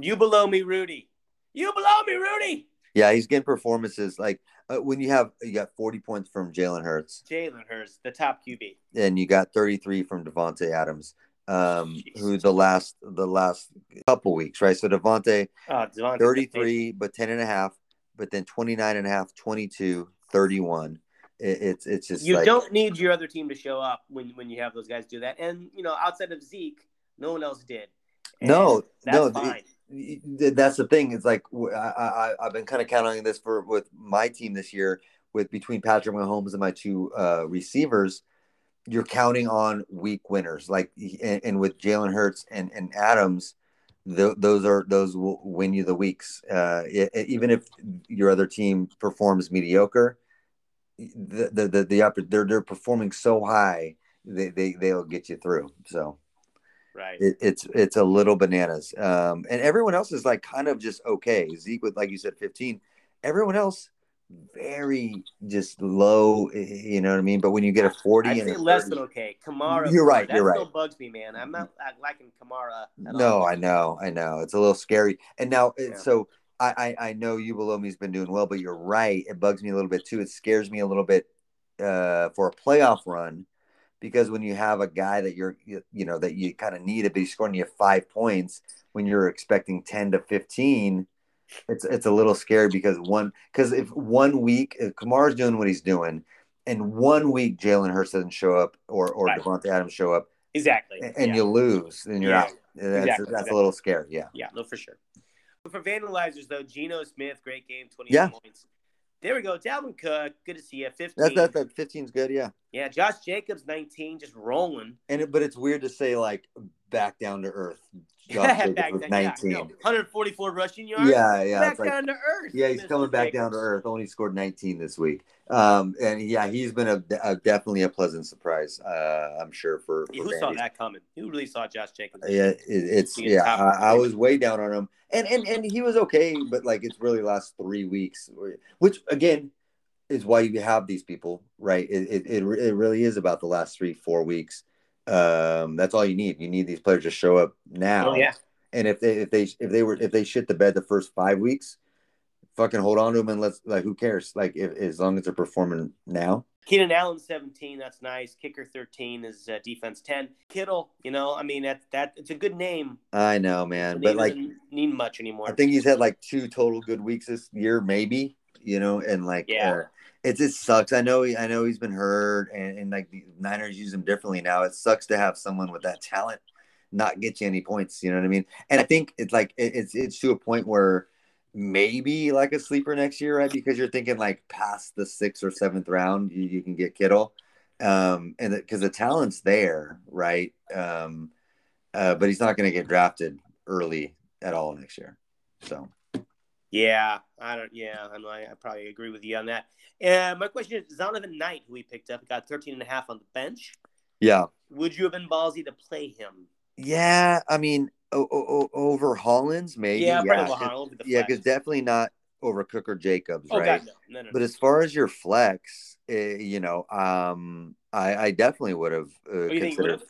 S1: You below me, Rudy. You below me, Rudy.
S2: Yeah, he's getting performances like uh, when you have you got forty points from Jalen Hurts
S1: Jalen Hurts, the top QB.
S2: and you got thirty three from Devonte Adams, um, who
S1: Jesus.
S2: the last the last couple weeks, right? So Devonte
S1: Oh, Devontae.
S2: 33 but 10 and a half but then 29 and a half 22 31 it, it's it's just
S1: you
S2: like
S1: don't need your other team to show up when when you have those guys do that. And you know, outside of Zeke, no one else did. And
S2: No,
S1: that's
S2: no,
S1: fine.
S2: y- y- that's the thing it's like w- I, I have been kind of counting on this for with my team this year with between patrick mahomes and my two uh receivers you're counting on weak winners like and, and with jalen hurts and and adams tho- those are those will win you the weeks uh e- e- even if your other team performs mediocre the the the, the upper, they're they're performing so high they they they'll get you through so
S1: right.
S2: it, it's it's a little bananas. Um, and everyone else is like kind of just okay. Zeke with like you said, fifteen. Everyone else very just low. eh, You know what I mean? But when you get a forty,
S1: I'd
S2: and
S1: say
S2: a
S1: less
S2: 30
S1: than okay. Kamara,
S2: You're right,
S1: That
S2: you're
S1: still
S2: right. Mm-hmm.
S1: bugs me, man. I'm not uh, liking Kamara. At
S2: no,
S1: all.
S2: I know, I know. It's a little scary. And now, eh,
S1: Yeah.
S2: so I, I I know you below me's been doing well, but you're right. It bugs me a little bit too. It scares me a little bit uh, for a playoff run because when you have a guy that you're you you know that you kind of need, but he's scoring you five points when you're expecting ten to fifteen. It's it's a little scary because one because if one week if Kamara's doing what he's doing, and one week Jalen Hurts doesn't show up or or
S1: Right.
S2: Devontae Adams show up
S1: exactly.
S2: and, and
S1: yeah.
S2: you lose and you're
S1: Yeah.
S2: out. That's,
S1: Exactly,
S2: that's
S1: exactly.
S2: a little scary. Yeah.
S1: yeah, no, for sure. But for vandalizers though, Geno Smith, great game, 28
S2: Yeah.
S1: points. There we go. Dalvin Cook, good to see you. 15.
S2: That, that, that 15 is good. Yeah.
S1: Yeah, Josh Jacobs, 19, just rolling.
S2: And it, but it's weird to say like back down
S1: (laughs)
S2: to earth. Josh
S1: Back
S2: Jacobs
S1: down,
S2: with
S1: yeah,
S2: 19.
S1: no, 144 rushing yards.
S2: Yeah, yeah,
S1: back
S2: it's like,
S1: down to earth.
S2: yeah, he's
S1: Mr.
S2: coming back down
S1: Jacobs.
S2: to earth. Only scored 19 this week, um, and yeah, he's been a, a definitely a pleasant surprise. Uh, I'm sure for, for
S1: Yeah, who saw
S2: Vandy's.
S1: that coming? Who really saw Josh Jacobs?
S2: Oh, Yeah, it, it's
S1: Being
S2: yeah.
S1: top
S2: I, I
S1: pick.
S2: was way down on him, and and and he was okay, but like it's really last three weeks, which again is why you have these people, right? It it it, re- it really is about the last three four weeks. Um, that's all you need. You need these players to show up now.
S1: Oh yeah,
S2: And if they if they if they were if they shit the bed the first five weeks, fucking hold on to them and let's like who cares? Like if, as long as they're performing now.
S1: Keenan Allen 17. That's nice. Kicker 13 is uh, defense 10. Kittle, you know, I mean that that it's a good name.
S2: I know, man,
S1: The
S2: but
S1: name
S2: like
S1: doesn't need much anymore.
S2: I think he's had like two total good weeks this year, maybe. You know, and like,
S1: Yeah.
S2: uh, it just sucks. I know, he, I know he's been hurt, and, and like the Niners use him differently now. It sucks to have someone with that talent not get you any points. You know what I mean? And I think it's like it, it's it's to a point where maybe like a sleeper next year, right? Because you're thinking like past the sixth or seventh round, you, you can get Kittle, um, and because the talent's there, right? Um, uh, but he's not going to get drafted early at all next year. So
S1: yeah, I don't. Yeah, I know. I, I probably agree with you on that. Uh, my question is: Zonovan Knight, who we picked up, got 13 and a half on the bench.
S2: yeah,
S1: Would you have been ballsy to play him?
S2: yeah. I mean, o- o- o- over Hollins maybe.
S1: yeah, probably
S2: yeah, 'cause-
S1: O'Hara over the
S2: yeah,
S1: flex.
S2: because definitely not over Cooker Jacobs,
S1: Oh
S2: right?
S1: God, no, no, no.
S2: But as far as your flex, uh, you know, um, I, I definitely would have uh,
S1: Oh, you think you would
S2: considered
S1: have?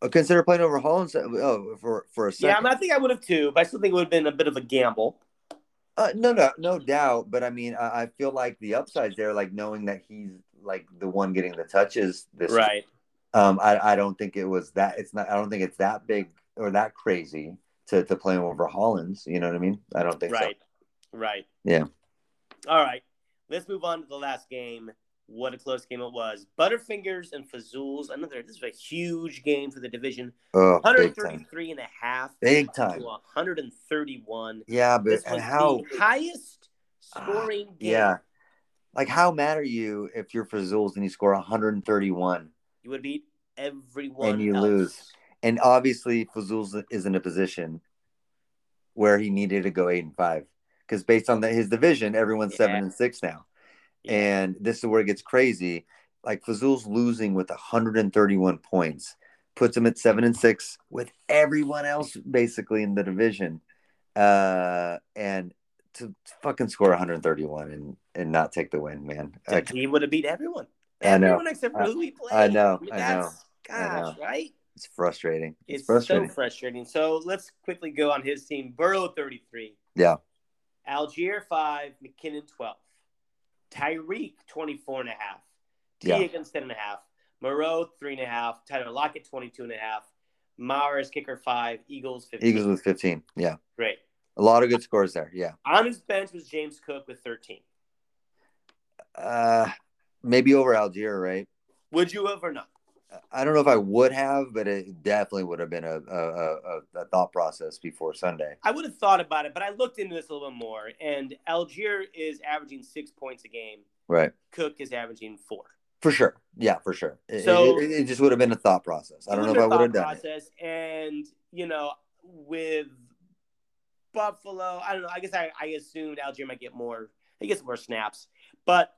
S2: uh, consider playing over Hollins uh, oh, for for a second.
S1: Yeah, I, mean, I think I would have too, but I still think it would have been a bit of a gamble.
S2: Uh, no, no, no doubt. But I mean, I, I feel like the upside's there, like knowing that he's like the one getting the touches this week.
S1: Right.
S2: Um, I, I don't think it was that. It's not. I don't think it's that big or that crazy to to play him over Hollins. You know what I mean? I don't think
S1: Right. Right.
S2: Yeah.
S1: All right. Let's move on to the last game. What a close game it was. Butterfingers and Fazools. Another, this is a huge game for the division.
S2: Oh, big time.
S1: 133 and a half
S2: Big time.
S1: to 131.
S2: Yeah, but
S1: This
S2: and
S1: was
S2: how? Ah,
S1: the highest scoring game.
S2: yeah. Like, how mad are you if you're Fazul's and you score 131?
S1: You would beat everyone.
S2: And you
S1: else.
S2: lose. And obviously, Fazul's is in a position where he needed to go eight and five because based on the, his division, everyone's seven
S1: Yeah.
S2: and six now.
S1: Yeah.
S2: And this is where it gets crazy. Like Fazul's losing with 131 points puts him at seven and six with everyone else basically in the division. Uh, and to fucking score 131 and and not take the win, man. Like,
S1: he would have beat everyone.
S2: I know.
S1: Everyone except for
S2: I-
S1: who he played.
S2: I know,
S1: mean,
S2: I
S1: that's-
S2: I know.
S1: Gosh, right?
S2: it's frustrating. It's,
S1: It's,
S2: frustrating.
S1: so frustrating. So let's quickly go on his team. Burrow 33.
S2: Yeah.
S1: Algier 5, McKinnon 12. Tyreek 24 and a half. T
S2: Yeah.
S1: against 10 and a half. Moreau 3 and a half. Tyler Lockett 22 and a half. Mars kicker 5. Eagles 15.
S2: Eagles with 15. Yeah.
S1: Great.
S2: A lot of good scores there. Yeah.
S1: On his bench was James Cook with 13.
S2: Uh, maybe over Algier, right?
S1: Would you have or not?
S2: I don't know if I would have, but it definitely would have been a, a, a, a- a thought process before Sunday.
S1: I would have thought about it, but I looked into this a little bit more. And Algier is averaging six points a game.
S2: Right.
S1: Cook is averaging four.
S2: For sure. Yeah, for sure. It,
S1: So-
S2: it, it just would have been a thought process. I don't know if I
S1: Would've
S2: would have
S1: been a
S2: done
S1: thought
S2: it.
S1: process, And you know, with Buffalo, I don't know. I guess I, I assumed Algier might get more. He gets more snaps, but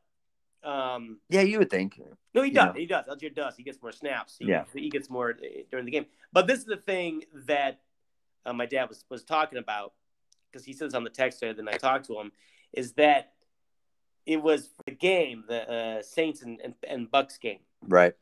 S1: um,
S2: Yeah, you would think.
S1: no, he
S2: Yeah.
S1: does. He does. Algier does. He gets more snaps. He,
S2: Yeah.
S1: he gets more uh, during the game. But this is the thing that uh, my dad was was talking about because he says on the text there. Then I talked to him is that it was the game, the uh, Saints and, and, and Bucks game
S2: Right.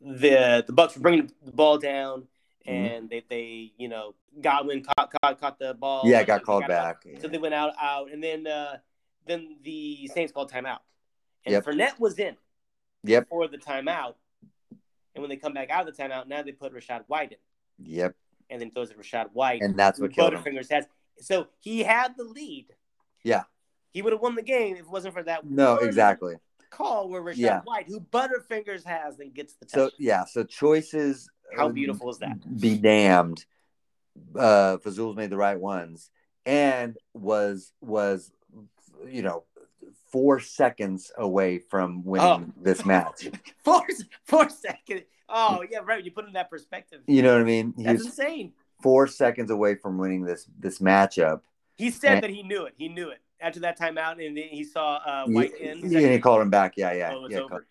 S1: the the Bucks were bringing the ball down,
S2: Mhm.
S1: and they, they you know Godwin caught caught, caught the ball.
S2: yeah,
S1: So
S2: it got
S1: they
S2: called back.
S1: So they went out out, and then uh, then the Saints called timeout, and
S2: Yep.
S1: Fournette was in
S2: Yep.
S1: for the timeout, and when they come back out of the timeout, now they put Rashad White in,
S2: Yep.
S1: and then throws it to Rashad White.
S2: And that's what killed him.
S1: Butterfingers has so he had the lead.
S2: Yeah.
S1: He would have won the game if it wasn't for that
S2: No,
S1: one
S2: exactly.
S1: call where Rashad
S2: Yeah.
S1: White, who Butterfingers has, and gets the touchdown.
S2: So yeah, so choices.
S1: How
S2: uh,
S1: beautiful is that?
S2: Be damned. Uh, Fazul's made the right ones, and was was, you know, four seconds away from winning
S1: Oh.
S2: this match.
S1: four, (laughs) four seconds. Oh yeah, right. You put it in that perspective.
S2: You know what I mean?
S1: (laughs)
S2: He
S1: That's
S2: was
S1: insane.
S2: four seconds away from winning this this matchup.
S1: He said that he knew it. He knew it after that timeout, and then he saw uh, White
S2: yeah,
S1: in.
S2: yeah, he called him back. Yeah, yeah,
S1: oh, it's
S2: yeah.
S1: over.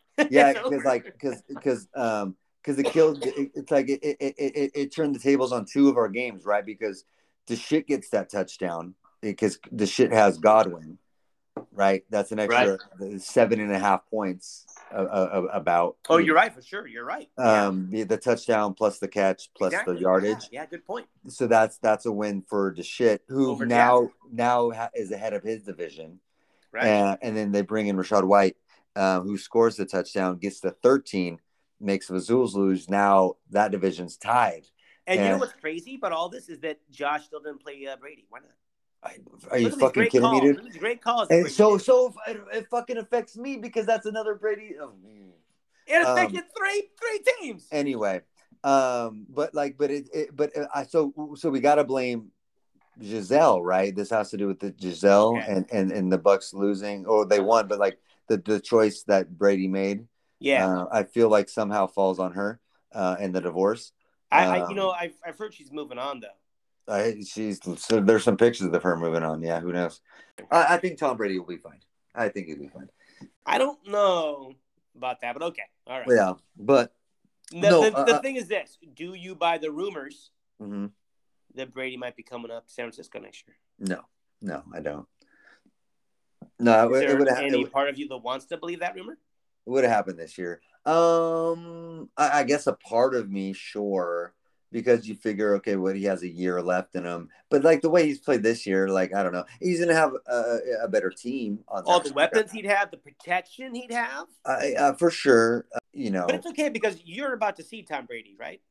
S1: (laughs)
S2: yeah
S1: It's
S2: because
S1: over.
S2: like because because um because it killed it, it's like it, it, it, it- it turned the tables on two of our games right because the shit gets that touchdown because the shit has godwin right that's an extra seven and a half points uh, uh, uh, about
S1: oh, you're right for sure. You're right.
S2: um the, the touchdown plus the catch plus
S1: Exactly.
S2: the yardage
S1: Yeah, yeah, good point.
S2: so that's that's a win for the shit who
S1: Over
S2: now now ha- is ahead of his division
S1: Right.
S2: and, Uh, and then they bring in Rashad White, uh, who scores the touchdown, gets the 13, makes Vazuls lose. Now that division's tied.
S1: and you know
S2: and-
S1: what's crazy about all this is that Josh still didn't play uh, Brady. Why not?
S2: I- Are you
S1: Look at these
S2: fucking
S1: great
S2: kidding
S1: calls.
S2: me, dude?
S1: Look at these great calls.
S2: And so, so it, it fucking affects me because that's another Brady. oh, man.
S1: it
S2: um,
S1: affected three three teams.
S2: Anyway, um, but like, but it, it but uh, I so so we gotta blame Giselle, right? This has to do with the Giselle
S1: Okay.
S2: and and and the Bucks losing, or they won, but like the the choice that Brady made.
S1: yeah,
S2: uh, I feel like somehow falls on her uh, in the divorce.
S1: I, I you
S2: um,
S1: know I've, I've heard she's moving on though.
S2: I, she's so there's some pictures of her moving on. Yeah, who knows? I, I think Tom Brady will be fine. I think he'll be fine.
S1: I don't know about that, but okay, all right.
S2: Yeah, but
S1: The,
S2: No,
S1: the,
S2: uh,
S1: the
S2: uh,
S1: thing is this: Do you buy the rumors
S2: mhm,
S1: that Brady might be coming up San Francisco next year?
S2: no, no, I don't. No,
S1: Is
S2: Uh, it,
S1: there
S2: would have
S1: any
S2: it
S1: part of you that wants to believe that rumor?
S2: would have happened this year. Um, I, I guess a part of me, sure, because you figure, okay, what he has a year left in him, but like the way he's played this year, like I don't know, he's gonna have a, a better team on
S1: All the
S2: Saturday.
S1: weapons he'd have, the protection he'd have,
S2: I, uh, for sure, uh, you know,
S1: but it's okay because you're about to see Tom Brady, right?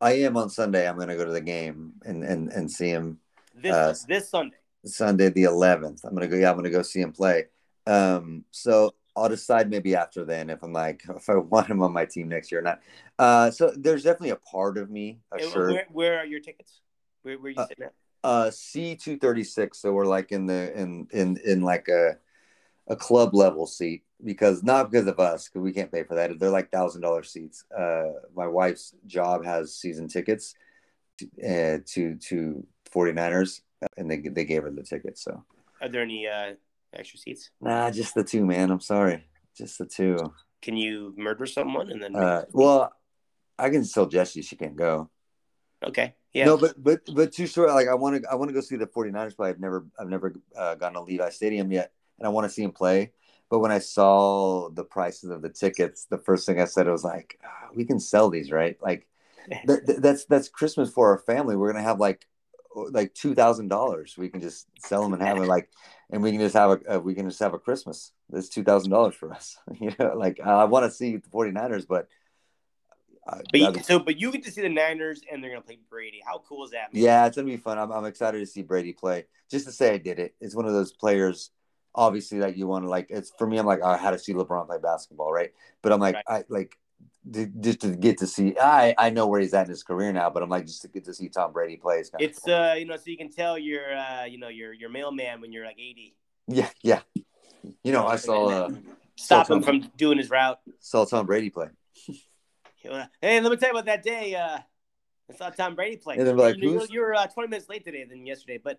S2: I am on Sunday. I'm going to go to the game and and and see him
S1: This
S2: Uh,
S1: this Sunday.
S2: Sunday the 11th. I'm going to go. Yeah, I'm going to go see him play. Um, so I'll decide maybe after then if I'm like (laughs) if I want him on my team next year or not. Uh, so there's definitely a part of me. A
S1: And
S2: shirt.
S1: Where, where are your tickets? Where, where are you
S2: Uh,
S1: sitting at?
S2: uh C two thirty six. So we're like in the in in in like a a club level seat because not because of us because we can't pay for that. They're like thousand dollar seats. Uh, my wife's job has season tickets uh, to to 49ers and they they gave her the ticket. So
S1: Are there any uh, extra seats?
S2: nah, just the two, man. I'm sorry, just the two.
S1: Can you murder someone and then?
S2: Uh, well, I can still Jessie she can't go.
S1: okay. Yeah. (laughs)
S2: No, but but but too short. Like I want to I want to go see the 49ers play. I've never I've never uh, gone to Levi Stadium yet, and I want to see him play. But when I saw the prices of the tickets, the first thing I said was like, "Ah, "We can sell these, right? Like th- th- that's that's Christmas for our family. We're gonna have like o- like two thousand dollars. We can just sell them and have it like, and we can just have a uh, we can just have a Christmas. That's two thousand dollars for us. (laughs) you know, like I want to see the 49ers, but, uh, I,
S1: But
S2: I-
S1: you, so, but you get to see the Niners, and they're gonna play Brady. How cool is that? man?
S2: Yeah, it's gonna be fun. I'm, I'm excited to see Brady play. Just to say I did it. It's one of those players, obviously, that you want to like. It's for me. I'm like, I had to see LeBron play basketball, right? But I'm like,
S1: Right.
S2: I like d- just to get to see. I I know where he's at in his career now, but I'm like, just to get to see Tom Brady play. It's, kinda
S1: It's uh, you know, so you can tell your uh, you know, your your mailman when you're like 80.
S2: yeah, yeah. You know, I saw uh,
S1: Stop
S2: saw
S1: him
S2: Tom-
S1: from doing his route.
S2: saw Tom Brady play,
S1: Hey, let me tell you about that day. Uh, I saw Tom Brady play.
S2: And they're like,
S1: you, you-
S2: who's-
S1: you were uh, 20 minutes late today than yesterday, but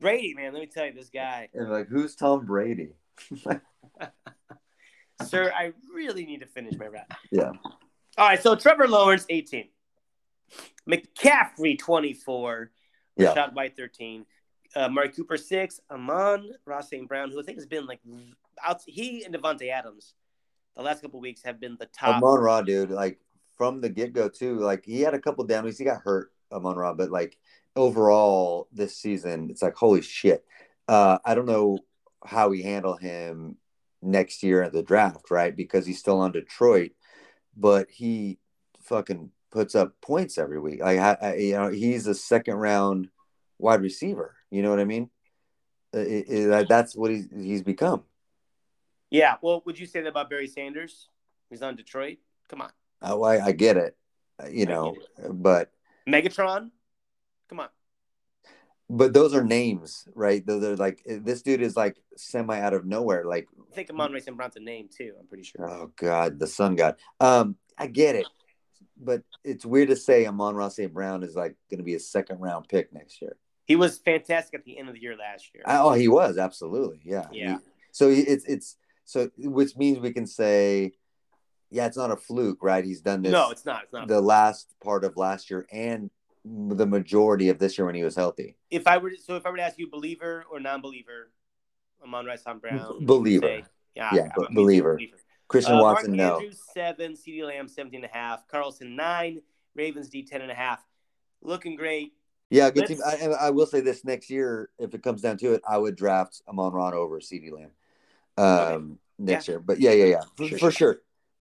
S1: Brady, man, let me tell you, this guy,
S2: and like, who's Tom Brady?
S1: sir, I really need to finish my route.
S2: Yeah.
S1: All right, so Trevor Lawrence, 18. McCaffrey, 24.
S2: Yeah.
S1: Rashad White, 13. Uh, Murray Cooper, 6. Amon Ross St. Brown, who I think has been like out, he and Devontae Adams the last couple weeks have been the top.
S2: Amon Ra, dude, like from the get go too. Like he had a couple down weeks. He got hurt, Amon Ra, but like overall this season, it's like holy shit. Uh, I don't know how we handle him next year at the draft, right? Because he's still on Detroit, but he fucking puts up points every week. Like I, I, you know, he's a second round wide receiver. You know what I mean? Uh, it- it- that's what he's he's become.
S1: Yeah, well, would you say that about Barry Sanders? He's on Detroit. Come on.
S2: I, I I get it, uh, you know, but
S1: Megatron? Come on.
S2: but those are names, right? Those are like eh, this dude is like semi out of nowhere. Like,
S1: I think Amon Ray St. Brown's a name too, I'm pretty sure.
S2: oh god, the sun god. Um, I get it, but it's weird to say Amon Ross St. Brown is like going to be a second round pick next year.
S1: He was fantastic at the end of the year last year.
S2: I, oh, he was absolutely, yeah,
S1: Yeah.
S2: He- so he- it's it's so which means we can say, yeah, it's not a fluke, right? He's done this
S1: no, it's not. It's not.
S2: the last part of last year and the majority of this year when he was healthy.
S1: if I were to, so if I were to ask you believer or non-believer, Amon Rice St. Brown.
S2: Believer.
S1: say- yeah,
S2: Yeah,
S1: I'm
S2: b-
S1: a
S2: believer. Christian
S1: Uh, Mark
S2: Watson, no.
S1: Andrews seven, CD Lamb seventeen and a half, Carlson nine, Ravens D ten and a half. Looking great.
S2: Yeah, good team. I,
S1: Let's-
S2: and I will say this next year, if it comes down to it, I would draft Amon Ron over CD Lamb um, next year. But yeah, yeah, yeah, for,
S1: Sure,
S2: for sure.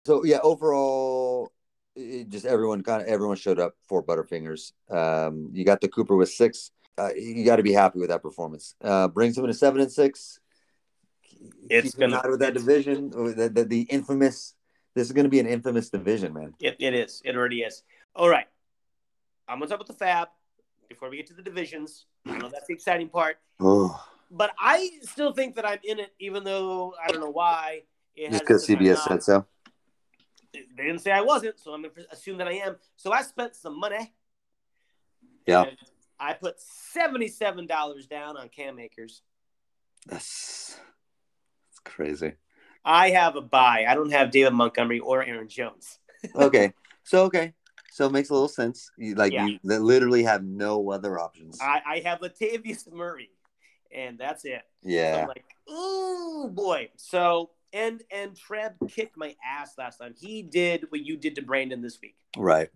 S2: So yeah, overall, it, just everyone kind of everyone showed up for Butterfingers. Um, you got the Cooper with six. Uh, you got to be happy with that performance. Uh, brings him into seven and six.
S1: It's
S2: Keep him
S1: gonna-
S2: out with that division, or the, the, the infamous. This is going to be an infamous division, man.
S1: It, it is. It already is. All right. I'm gonna talk about the Fab before we get to the divisions. I know that's the exciting part,
S2: Oh,
S1: but I still think that I'm in it, even though I don't know why. It
S2: just
S1: has-
S2: because CBS
S1: I'm
S2: said
S1: not-
S2: so.
S1: They didn't say I wasn't, so I'm gonna assume that I am. So I spent some money.
S2: Yeah.
S1: And I put seventy-seven dollars down on Cam Akers.
S2: That's, that's crazy.
S1: I have a buy. I don't have David Montgomery or Aaron Jones.
S2: okay. So okay. So it makes a little sense. You, like
S1: Yeah. Ah.
S2: you they literally have no other options.
S1: I, I have Latavius Murray, and that's it.
S2: yeah.
S1: I'm like, ooh boy. So and and Treb kicked my ass last time. He did what you did to Brandon this week.
S2: Right.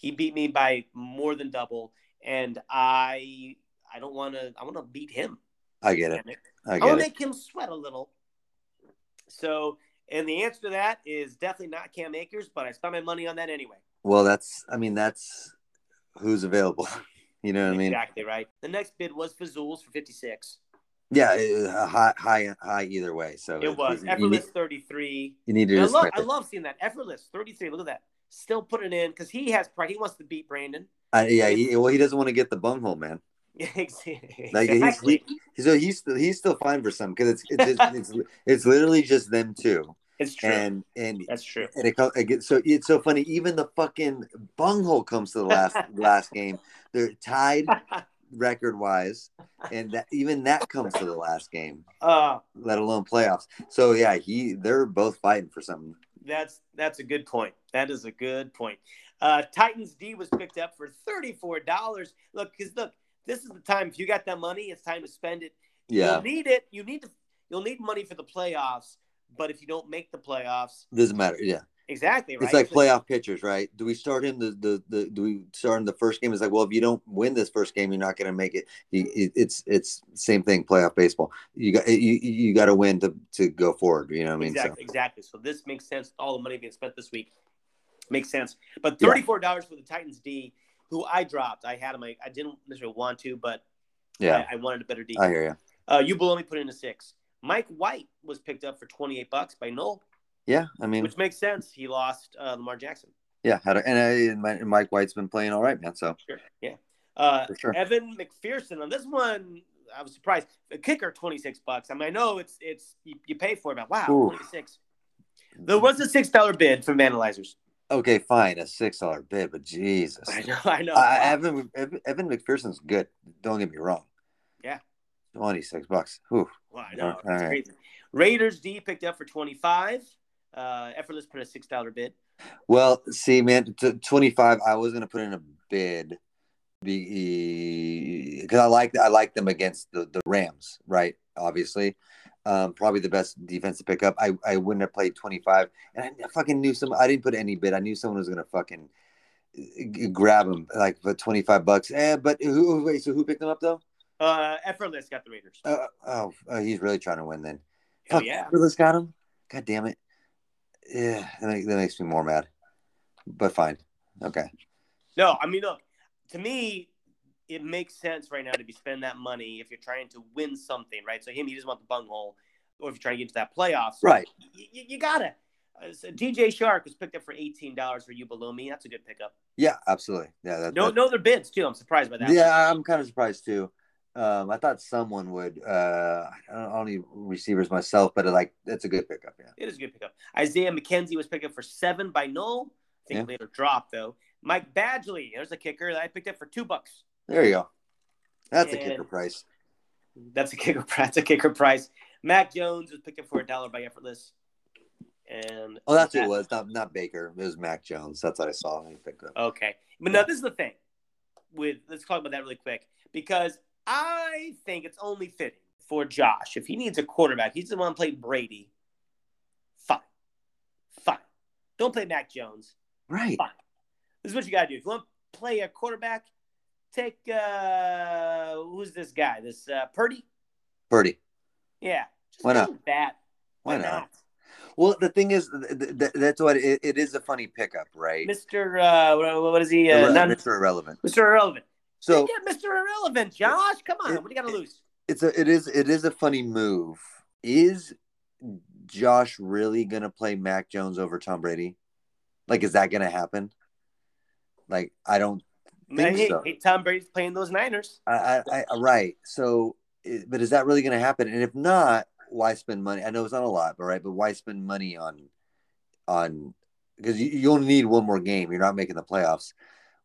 S1: He beat me by more than double, and I I don't want to. I want to beat him.
S2: I get it.
S1: damn it.
S2: I
S1: I want
S2: get
S1: to
S2: it.
S1: make him Oh, sweat a little. So, and the answer to that is definitely not Cam Akers, but I spent my money on that anyway.
S2: Well, that's. I mean, that's who's available. (laughs) you know what I mean?
S1: Exactly right. The next bid was Fazul's for 56.
S2: Yeah, it- uh, high, high, high either way. So
S1: It was
S2: You, need,
S1: Effortless 33.
S2: you need to
S1: And I
S2: just
S1: love, I
S2: practice.
S1: love seeing that. Effortless 33. Look at that. Still putting in because he has pride. He wants to beat Brandon. (laughs)
S2: Uh, yeah, he, well, he doesn't want to get the bunghole, man.
S1: exactly.
S2: Like he's, he, so he's still he's still fine for some because it's it's,
S1: (laughs)
S2: just, it's it's literally just them two,
S1: it's true.
S2: and and
S1: That's true.
S2: and it, co- it gets, so it's so funny. Even the fucking bunghole comes to
S1: (laughs)
S2: the last last game. They're tied record wise, and that even that comes to the last game,
S1: Uh,
S2: let alone playoffs. So yeah, he they're both fighting for something.
S1: That's that's a good point. That is a good point. Uh, Titans D was picked up for thirty four dollars. Look, because look, this is the time. If you got that money, it's time to spend it.
S2: Yeah,
S1: You'll need it. You need to. You'll need money for the playoffs. But if you don't make the playoffs,
S2: doesn't matter. Yeah,
S1: exactly right.
S2: it's like playoff pitchers, right? Do we start him the, the the do we start him the first game? It's like, well, if you don't win this first game, you're not going to make it. You- it- It's it's same thing. Playoff baseball, you got you you got to win to to go forward. You know what I mean?
S1: exactly, exactly. So this makes sense. All the money being spent this week makes sense. But
S2: Yeah.
S1: thirty four dollars for the Titans D, who I dropped. I had him. I, I didn't necessarily want to, but
S2: So yeah,
S1: I, I wanted a better D.
S2: I hear you.
S1: Uh, you below me put in a six. Mike White was picked up for 28 bucks by Noel,
S2: Yeah, I mean,
S1: which makes sense. He lost uh, Lamar Jackson.
S2: yeah, had a, and, I, and Mi- Mike White's been playing all right, man. So
S1: Sure. Yeah. Uh,
S2: for sure.
S1: Evan McPherson on this one, I was surprised. The kicker, 26 bucks. I mean, I know it's it's you, you pay for it, but wow,
S2: Ooh.
S1: 26. There was a six dollar bid from analyzers.
S2: Okay, fine, a six dollar bid, but Jesus,
S1: (laughs) I know. I know.
S2: I, Evan Evan- Evan McPherson's good. Don't get me wrong.
S1: Yeah.
S2: twenty six bucks. Whew.
S1: Well, I know.
S2: All
S1: It's
S2: right.
S1: crazy. Raiders D picked up for 25. Uh, Effortless put a six dollar bid.
S2: Well, see, man, t- twenty five. I was gonna put in a bid because I like I like them against the, the Rams, right? Obviously, um, probably the best defense to pick up. I, I wouldn't have played twenty five, and I fucking knew some. I didn't put any bid. I knew someone was gonna fucking g- grab him like for twenty five bucks. Eh, but who? Wait, so who picked him up though?
S1: Uh, Effortless got the Raiders.
S2: Uh, oh, oh, he's really trying to win then.
S1: Hell
S2: Fuck,
S1: yeah.
S2: Pulis got him. God damn it. Yeah, that, make, that makes me more mad. But fine. Okay.
S1: No, I mean, look, to me, it makes sense right now to be spending that money if you're trying to win something, right? So him, he doesn't want the bunghole, or if you're trying to get into that playoffs,
S2: Right.
S1: y- y- You, gotta. Uh, so DJ Shark was picked up for eighteen dollars for you below me. That's a good pickup.
S2: Yeah, absolutely. Yeah. That,
S1: No,
S2: that-
S1: no other bids too. I'm surprised by that.
S2: yeah, I'm kind of surprised too. Um, I thought someone would. Uh, I don't I don't need receivers myself, but uh, like that's a good pickup. Yeah.
S1: it is a good pickup. Isaiah McKenzie was picked up for seven by Noel. I think
S2: Yeah.
S1: later dropped though. Mike Badgley, there's a kicker that I picked up for two bucks.
S2: There you go. That's a
S1: And-
S2: kicker price.
S1: That's a kicker. (laughs) That's a kicker price. Mac Jones was picked up for a dollar by Effortless. And
S2: Oh, that's who it was. Not not Baker. It was Mac Jones. That's what I saw. He picked up.
S1: Okay, but now this is the thing. With let's talk about that really quick because I think it's only fitting for Josh if he needs a quarterback. He's the one to play Brady. Fine, fine. Don't play Mac Jones.
S2: Right.
S1: Fine. This is what you gotta do. If you want to play a quarterback, take uh who's this guy? This uh Purdy.
S2: Purdy.
S1: Yeah. Just
S2: Why
S1: go
S2: not?
S1: with That.
S2: Why not? Well, the thing is, th- th- that's what it, it is. A funny pickup, right?
S1: Mr. Uh, what, what is he? Uh,
S2: Irre-
S1: non-
S2: Mr. Irrelevant.
S1: Mr. Irrelevant.
S2: So
S1: yeah, Mr. Irrelevant, Josh. Come on.
S2: it-
S1: what do you got to
S2: it-
S1: lose?
S2: it's a it is it is a funny move. Is Josh really gonna play Mac Jones over Tom Brady? Like, is that gonna happen? Like, I don't.
S1: Man, hey,
S2: so.
S1: hey, Tom Brady's playing those Niners.
S2: I, I, I right. So, i- but is that really gonna happen? And if not, why spend money? I know it's not a lot, but right. But why spend money on on because you, you only need one more game. You're not making the playoffs.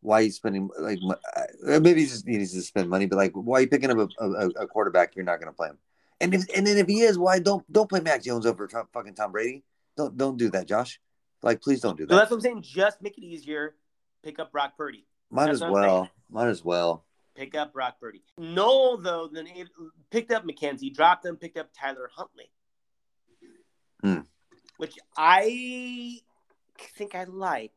S2: Why are you spending like mo- uh, maybe he just he needs to spend money, but like why are you picking up a, a, a quarterback if you're not going to play him? And if and then if he is, why don't don't play Mac Jones over Tom, fucking Tom Brady? Don't don't do that, Josh. Like please don't do
S1: So
S2: that.
S1: that's what I'm saying. Just make it easier. Pick up Brock Purdy.
S2: Might
S1: that's
S2: as
S1: what I'm saying.
S2: well. Might as well.
S1: Pick up Brock Purdy. Noel, though, then it picked up McKenzie, dropped him, picked up Tyler Huntley,
S2: Hmm.
S1: which I think I like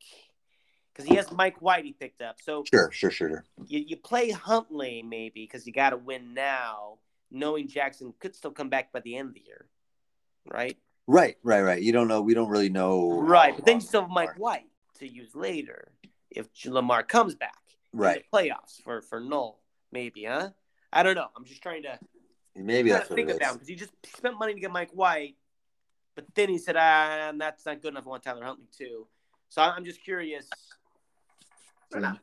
S1: because he has Mike White he picked up. So
S2: Sure, sure, sure. sure.
S1: you, you play Huntley maybe because you got to win now, knowing Jackson could still come back by the end of the year, right?
S2: Right, right, right. You don't know. We don't really know. how
S1: Right, but then you
S2: long
S1: still have Mike
S2: Lamar-
S1: White to use later if Lamar comes back in
S2: Right.
S1: the playoffs for for Null, maybe, huh? I don't know. I'm just trying to
S2: Maybe
S1: You
S2: that's
S1: gotta
S2: what it
S1: think
S2: is.
S1: about because you just spent money to get Mike White, but then he said, "Ah, and that's not good enough. I want Tyler Huntley too." So I- I'm just curious. Or not.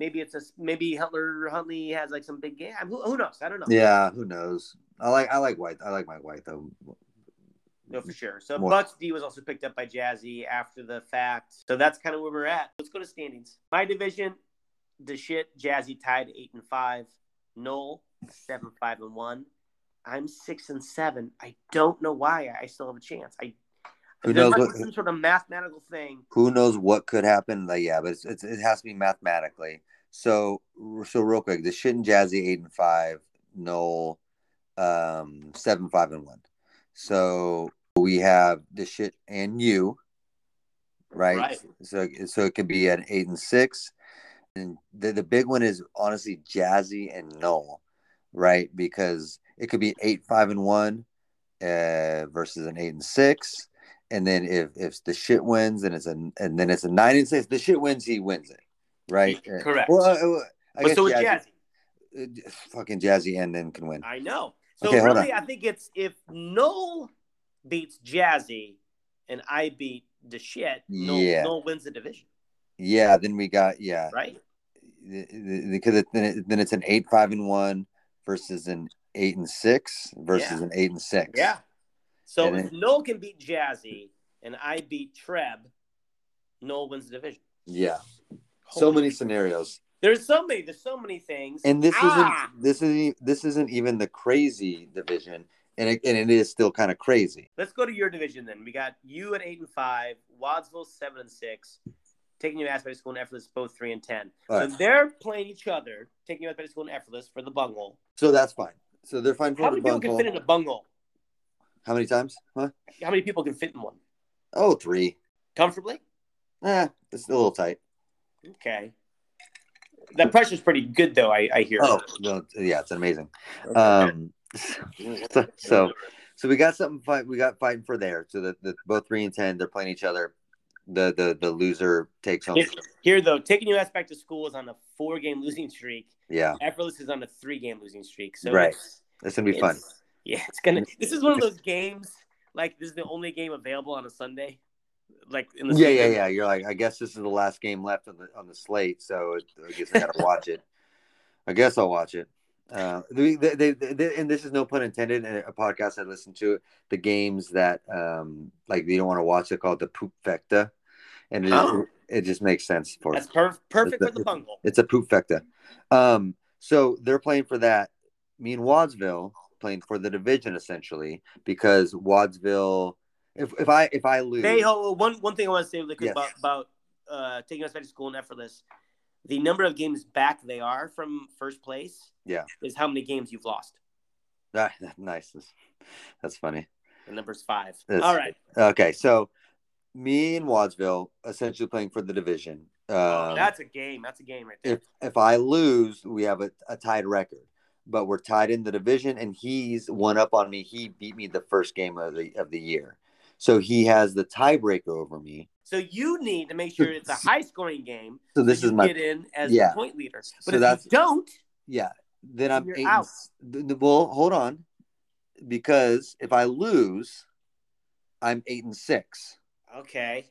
S1: Maybe it's a maybe Huntley Huntley has like some big game. Who, who knows? I don't know.
S2: Yeah, who knows? I like I like White. I like Mike White though.
S1: No, for sure. So
S2: More-
S1: Bucks D was also picked up by Jazzy after the fact. So that's kind of where we're at. Let's go to standings. My division, the shit, Jazzy tied eight and five. Noel, seven, five, and one. I'm six and seven. I don't know why I still have a chance. I
S2: Who
S1: there
S2: knows
S1: must
S2: what-
S1: be some sort of mathematical thing.
S2: Who knows what could happen? Like yeah, but it's, it's it has to be mathematically. So so real quick, the shit and Jazzy eight and five, Noel, um, seven five and one. So we have the shit and you, right?
S1: Right.
S2: So so it could be an eight and six, and the the big one is honestly Jazzy and Noel, right? Because it could be eight five and one, uh, versus an eight and six, and then if if the shit wins, then it's a and then it's a nine and six. The shit wins, he wins it, right? Uh,
S1: Correct.
S2: Well, uh, uh, I
S1: but
S2: guess
S1: so is
S2: Jazzy-
S1: Jazzy.
S2: uh, fucking Jazzy and then can win.
S1: I know. So
S2: Okay, hold
S1: really, I think it's if Noel beats Jazzy and I beat the shit, Noel,
S2: Yeah.
S1: Noel wins the division,
S2: Yeah, then we got yeah,
S1: right?
S2: because it, then, it, then it's an eight five and one versus an eight and six versus an eight and six.
S1: Yeah. So
S2: And
S1: if Noel can beat Jazzy and I beat Treb, Noel wins the division.
S2: yeah. So
S1: Holy-
S2: many scenarios,
S1: There's so many. There's so many things.
S2: and this
S1: Ah!
S2: isn't this isn't this isn't even the crazy division, and it, and it is still kind of crazy.
S1: Let's go to your division then. We got you at eight and five, Wadsville seven and six, taking you ass by school and effortless both three and ten.
S2: All
S1: so
S2: right.
S1: they're playing each other, taking you ass by school and effortless for the bunghole.
S2: So that's fine. So they're fine for
S1: How
S2: the
S1: many people can
S2: bunghole.
S1: fit in a bunghole?
S2: How many times? Huh?
S1: How many people can fit in one
S2: Oh, three.
S1: comfortably?
S2: Eh, it's a little tight.
S1: Okay. The pressure's pretty good though. I, I hear.
S2: Oh, no, yeah, it's amazing.
S1: Okay.
S2: Um, (laughs) so, so so we got something fight we got fighting for there so the, the both three and ten they're playing each other the the the loser takes home
S1: Here, here, though, taking US back to school is on a four game losing streak.
S2: yeah
S1: Effortless is on a three game losing streak. So
S2: Right.
S1: it's,
S2: it's gonna be fun
S1: it's- Yeah, it's gonna. This is one of those games. Like this is the only game available on a Sunday. Like in the
S2: yeah yeah yeah you're like i guess this is the last game left on the on the slate so it, i guess i
S1: (laughs)
S2: gotta watch it i guess i'll watch it uh, they, they, they, they- and this is no pun intended. and A podcast I listened to, the games that um like you don't want to watch, they're called the poop fecta, and it, just-
S1: Oh.
S2: it just makes sense for
S1: That's per- perfect for the bungle.
S2: It's a poop fecta. Um, so they're playing for that. Me and Wadsville playing for the division essentially because Wadsville. If, if I if I lose,
S1: They hold one one thing I want to say really quick
S2: Yes.
S1: about, about uh, taking us back to school and effortless. The number of games back they are from first place.
S2: Yeah.
S1: Is how many games you've lost.
S2: Ah, (laughs) nice. That's- That's funny.
S1: The number's five.
S2: That's-
S1: All right.
S2: Okay, so me and Wadsville essentially playing for the division. Um,
S1: oh, that's a game. That's a game right there.
S2: if if I lose, we have a, a tied record, but we're tied in the division, and he's one up on me. He beat me the first game of the of the year, so he has the tiebreaker over me.
S1: So you need to make sure it's
S2: (laughs)
S1: a high scoring game.
S2: So this
S1: you
S2: is my
S1: get in as
S2: yeah.
S1: the point leader. But
S2: So
S1: if
S2: that's-
S1: you don't,
S2: Yeah. Then I'm
S1: You're
S2: eight.
S1: out.
S2: And, th- th- well, hold on, because if I lose, I'm eight and six,
S1: okay,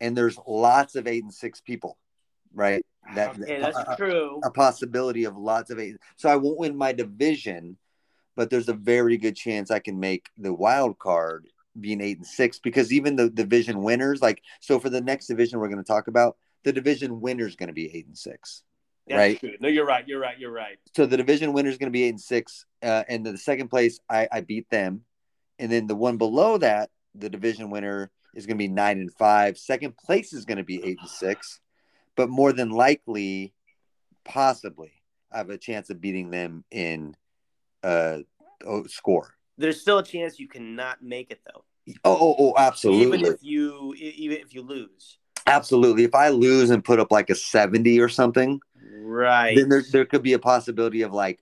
S2: and there's lots of eight and six people, right? That
S1: okay, that's
S2: (laughs) a,
S1: true.
S2: a possibility of lots of eight. So I won't win my division, but there's a very good chance I can make the wild card being eight and six because even the division winners, like so, for the next division we're going to talk about, the division winner is going to be eight and six,
S1: That's
S2: right?
S1: true. No, you're right. You're right. You're right.
S2: so the division winner is going to be eight and six, uh, and the second place I, I beat them, and then the one below that, the division winner is going to be nine and five. Second place is going to be eight and six, but more than likely, possibly, I have a chance of beating them in uh, oh, score.
S1: There's still a chance you cannot make it though.
S2: Oh, oh, oh, absolutely,
S1: Even if you, e- even if you lose,
S2: absolutely. If I lose and put up like a seventy or something,
S1: right?
S2: then there, there could be a possibility of like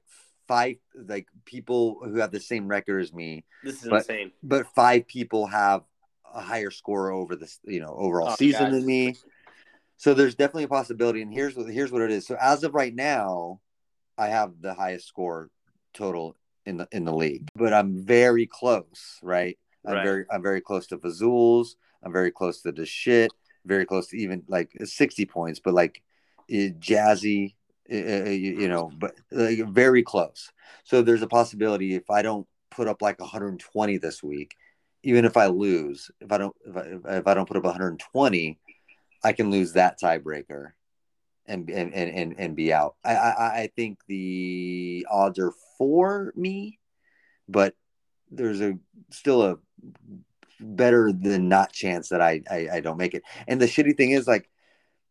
S2: five like people who have the same record as me
S1: this is
S2: but-
S1: insane.
S2: but five people have a higher score over this, you know, overall
S1: Oh,
S2: season
S1: God.
S2: than me. So there's definitely a possibility. And here's what here's what it is. So as of right now, I have the highest score total in the in the league, but I'm very close, right? I'm
S1: Right.
S2: very I'm very close to Vazools. I'm very close to the shit. Very close to even like 60 points, but like eh, Jazzy, eh, eh, eh, you you know, but like very close. So there's a possibility if I don't put up like 120 this week, even if I lose, if I don't if I, if I- if I don't put up 120, I can lose that tiebreaker and and and and, and be out. I, I I- I think the odds are for me, but there's a still a better than not chance that I I, I don't make it. And the shitty thing is like,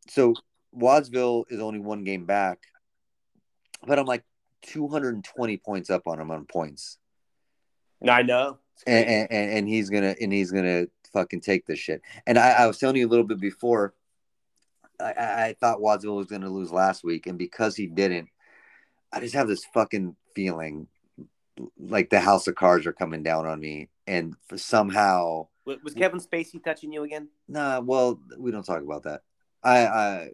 S2: so Wadsville is only one game back, but I'm like 220 points up on him on points,
S1: No, I know. It's
S2: and,
S1: crazy.
S2: and and and he's gonna and he's gonna fucking take this shit. And I, I was telling you a little bit before, I, I I thought Wadsville was gonna lose last week, and because he didn't, I just have this fucking feeling like the house of cards are coming down on me, and for somehow.
S1: Was- was Kevin Spacey touching you again?
S2: Nah, well, we don't talk about that. I I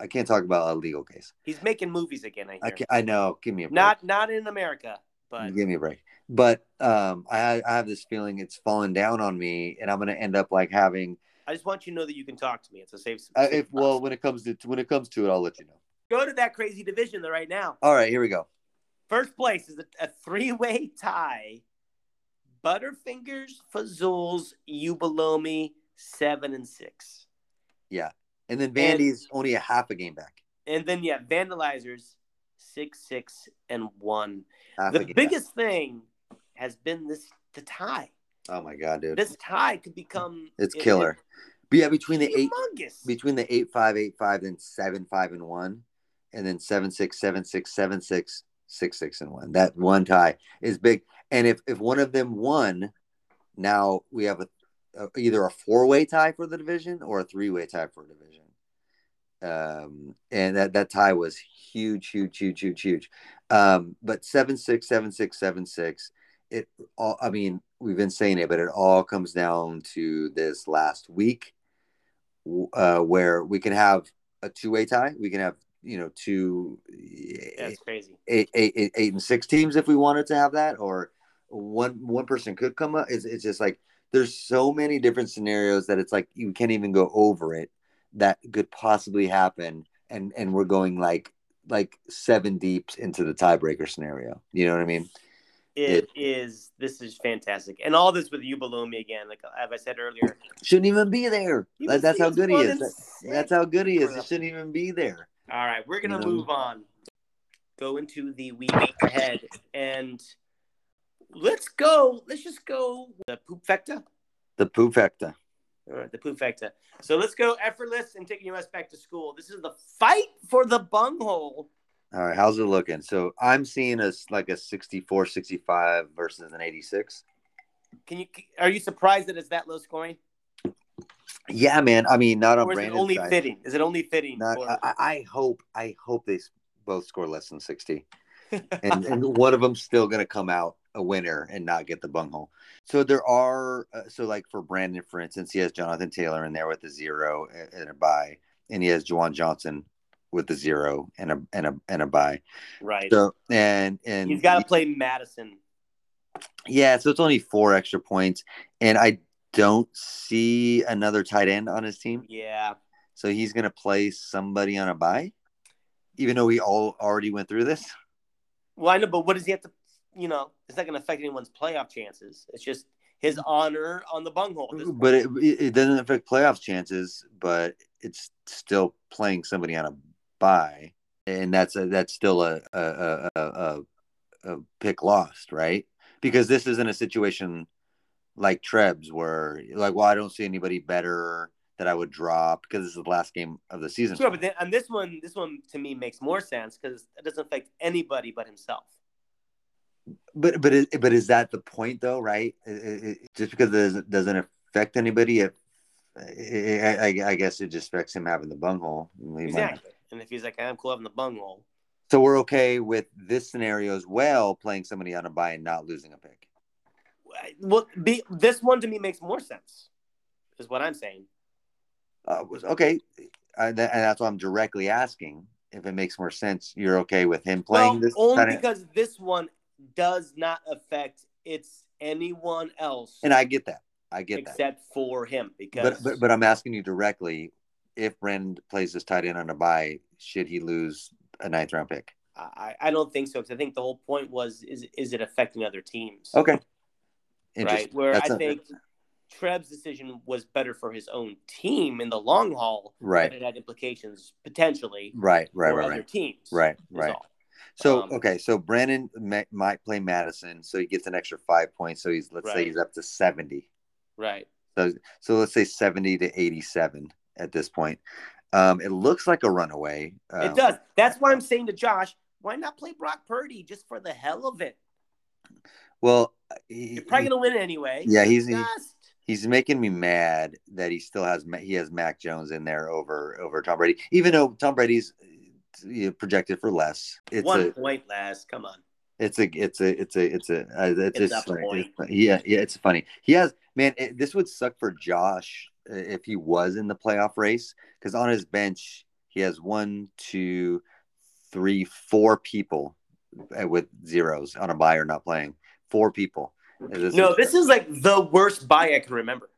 S2: I can't talk about a legal case.
S1: He's making movies again. I hear.
S2: I can, I know. Give me a break.
S1: Not not in America, but
S2: give me a break. But um, I I have this feeling it's falling down on me, and I'm gonna end up like having.
S1: I just want you to know that you can talk to me. It's a safe.
S2: I,
S1: safe
S2: Uh, if well, when it comes to when it comes to it, I'll let you know.
S1: go to that crazy division though right now.
S2: All right, here we go.
S1: First place is a, a three-way tie. Butterfingers, Fazools, Ubalomi, seven and six,
S2: And then Vandy's only a half a game back.
S1: and then yeah, Vandalizers, six, six and one.
S2: Half a
S1: the
S2: game
S1: biggest thing has been this the tie.
S2: Back. Oh my god, dude,
S1: This tie could become
S2: it's killer. But yeah, between the eight
S1: humongous.
S2: between the eight five eight five then seven five and one and then seven six seven six seven six six six and one that one tie is big and if if one of them won now we have a, a either a four way tie for the division or a three way tie for division um and that that tie was huge huge huge huge huge um but seven six seven six seven six it all i mean we've been saying it but it all comes down to this last week uh, where we can have a two-way tie. We can have you know two
S1: Yeah, it's crazy.
S2: eight, eight, eight, eight and six teams if we wanted to have that, or one one person could come up. It's, it's just like there's so many different scenarios that it's like you can't even go over it that could possibly happen, and and we're going like like seven deeps into the tiebreaker scenario. You know what I mean?
S1: it is. This is fantastic, and all this with Ubalomi again. Like as I said earlier,
S2: Shouldn't even be there.
S1: He
S2: Like,
S1: was-
S2: that's
S1: he
S2: how
S1: was
S2: good he
S1: one
S2: is.
S1: in
S2: That-
S1: six.
S2: that's how good he is. He shouldn't even be there.
S1: All right, we're gonna
S2: You know.
S1: move on. Go into the week ahead, and let's go. Let's just go the poop vector.
S2: The poop factor.
S1: All right, the poop vector. So let's go effortless and taking us back to school. This is the fight for the bunghole.
S2: All right, how's it looking? So I'm seeing a s- like a 64 65 versus an 86.
S1: Can you? Are you surprised that it's that low scoring?
S2: Yeah, man. I mean, not on
S1: or is it
S2: Brandon's
S1: only
S2: side.
S1: fitting? Is it only fitting?
S2: Not,
S1: for-
S2: I, I I hope I hope they s- both score less
S1: (laughs)
S2: than 60. And, and one of them's still going to come out a winner and not get the bunghole. So there are uh, so like for Brandon for instance, he has Jonathan Taylor in there with a zero and- and a buy and he has Juwan Johnson with a zero and a and a and a buy.
S1: right.
S2: So and and
S1: He's got to play Madison.
S2: Yeah, so it's only four extra points, and I don't see another tight end on his team,
S1: Yeah.
S2: so he's going to play somebody on a bye, even though we all already went through this.
S1: Well, I know, but what does he have to? You know, it's not going to affect anyone's playoff chances. It's just his honor on the bunghole. at this point.
S2: But it, it it doesn't affect playoff chances, but it's still playing somebody on a bye, and that's a, that's still a a, a a a a pick lost, right? Because this isn't a situation like Trebs where like, well, I don't see anybody better that I would drop because this is the last game of the season.
S1: Sure, but then on this one, this one to me makes more sense because it doesn't affect anybody but himself.
S2: But but is, but is that the point though? Right? It- it- it- just because it doesn't- doesn't affect anybody, it, I, I- I guess it just affects him having the bunghole. He might not-
S1: Exactly. And if he's like, I'm cool having the bunghole,
S2: So we're okay with this scenario as well, playing somebody on a buy and not losing a pick.
S1: well, be, this one to me makes more sense, is what I'm saying.
S2: Uh, was- okay, I, tha- and that's why I'm directly asking if it makes more sense. You're okay with him playing
S1: well,
S2: this?
S1: only
S2: kinda-
S1: because this one does not affect it's anyone else
S2: And I get that. I get that.
S1: except for him because
S2: But, but but I'm asking you directly if Brand plays this tight end on a bye, should he lose a ninth round pick?
S1: I, I don't think so because I think the whole point was is is it affecting other teams?
S2: Okay.
S1: right.
S2: Interesting.
S1: Where
S2: That's
S1: I
S2: not-
S1: think Treb's decision was better for his own team in the long haul,
S2: Right.
S1: but it had implications potentially
S2: Right. Right.
S1: for
S2: Right.
S1: other
S2: Right.
S1: teams.
S2: Right.
S1: is
S2: Right.
S1: all.
S2: So
S1: Um,
S2: okay, so Brandon ma- might play Madison, so he gets an extra five points. So he's let's say
S1: Right.
S2: he's up to seventy.
S1: Right.
S2: So let's say seventy to eighty-seven at this point. Um, it looks like a runaway. Um,
S1: it does. That's why I'm saying to Josh, why not play Brock Purdy just for the hell of it?
S2: Well, he,
S1: You're probably gonna win anyway.
S2: yeah, he's he,
S1: Just
S2: he's making me mad that he still has Ma- he has Mac Jones in there over over Tom Brady, even though Tom Brady's uh, projected for less. It's
S1: one
S2: a
S1: point less. Come on.
S2: It's a, it's a, it's a, it's a, uh, it's,
S1: It's
S2: it's,
S1: up a
S2: funny.
S1: point.
S2: It's funny. yeah, yeah, it's funny. He has, man, it, this would suck for Josh uh, if he was in the playoff race because on his bench he has one, two, three, four people uh, with zeros on a buy or not playing. Four people. Uh,
S1: No, this is like the worst buy I can remember.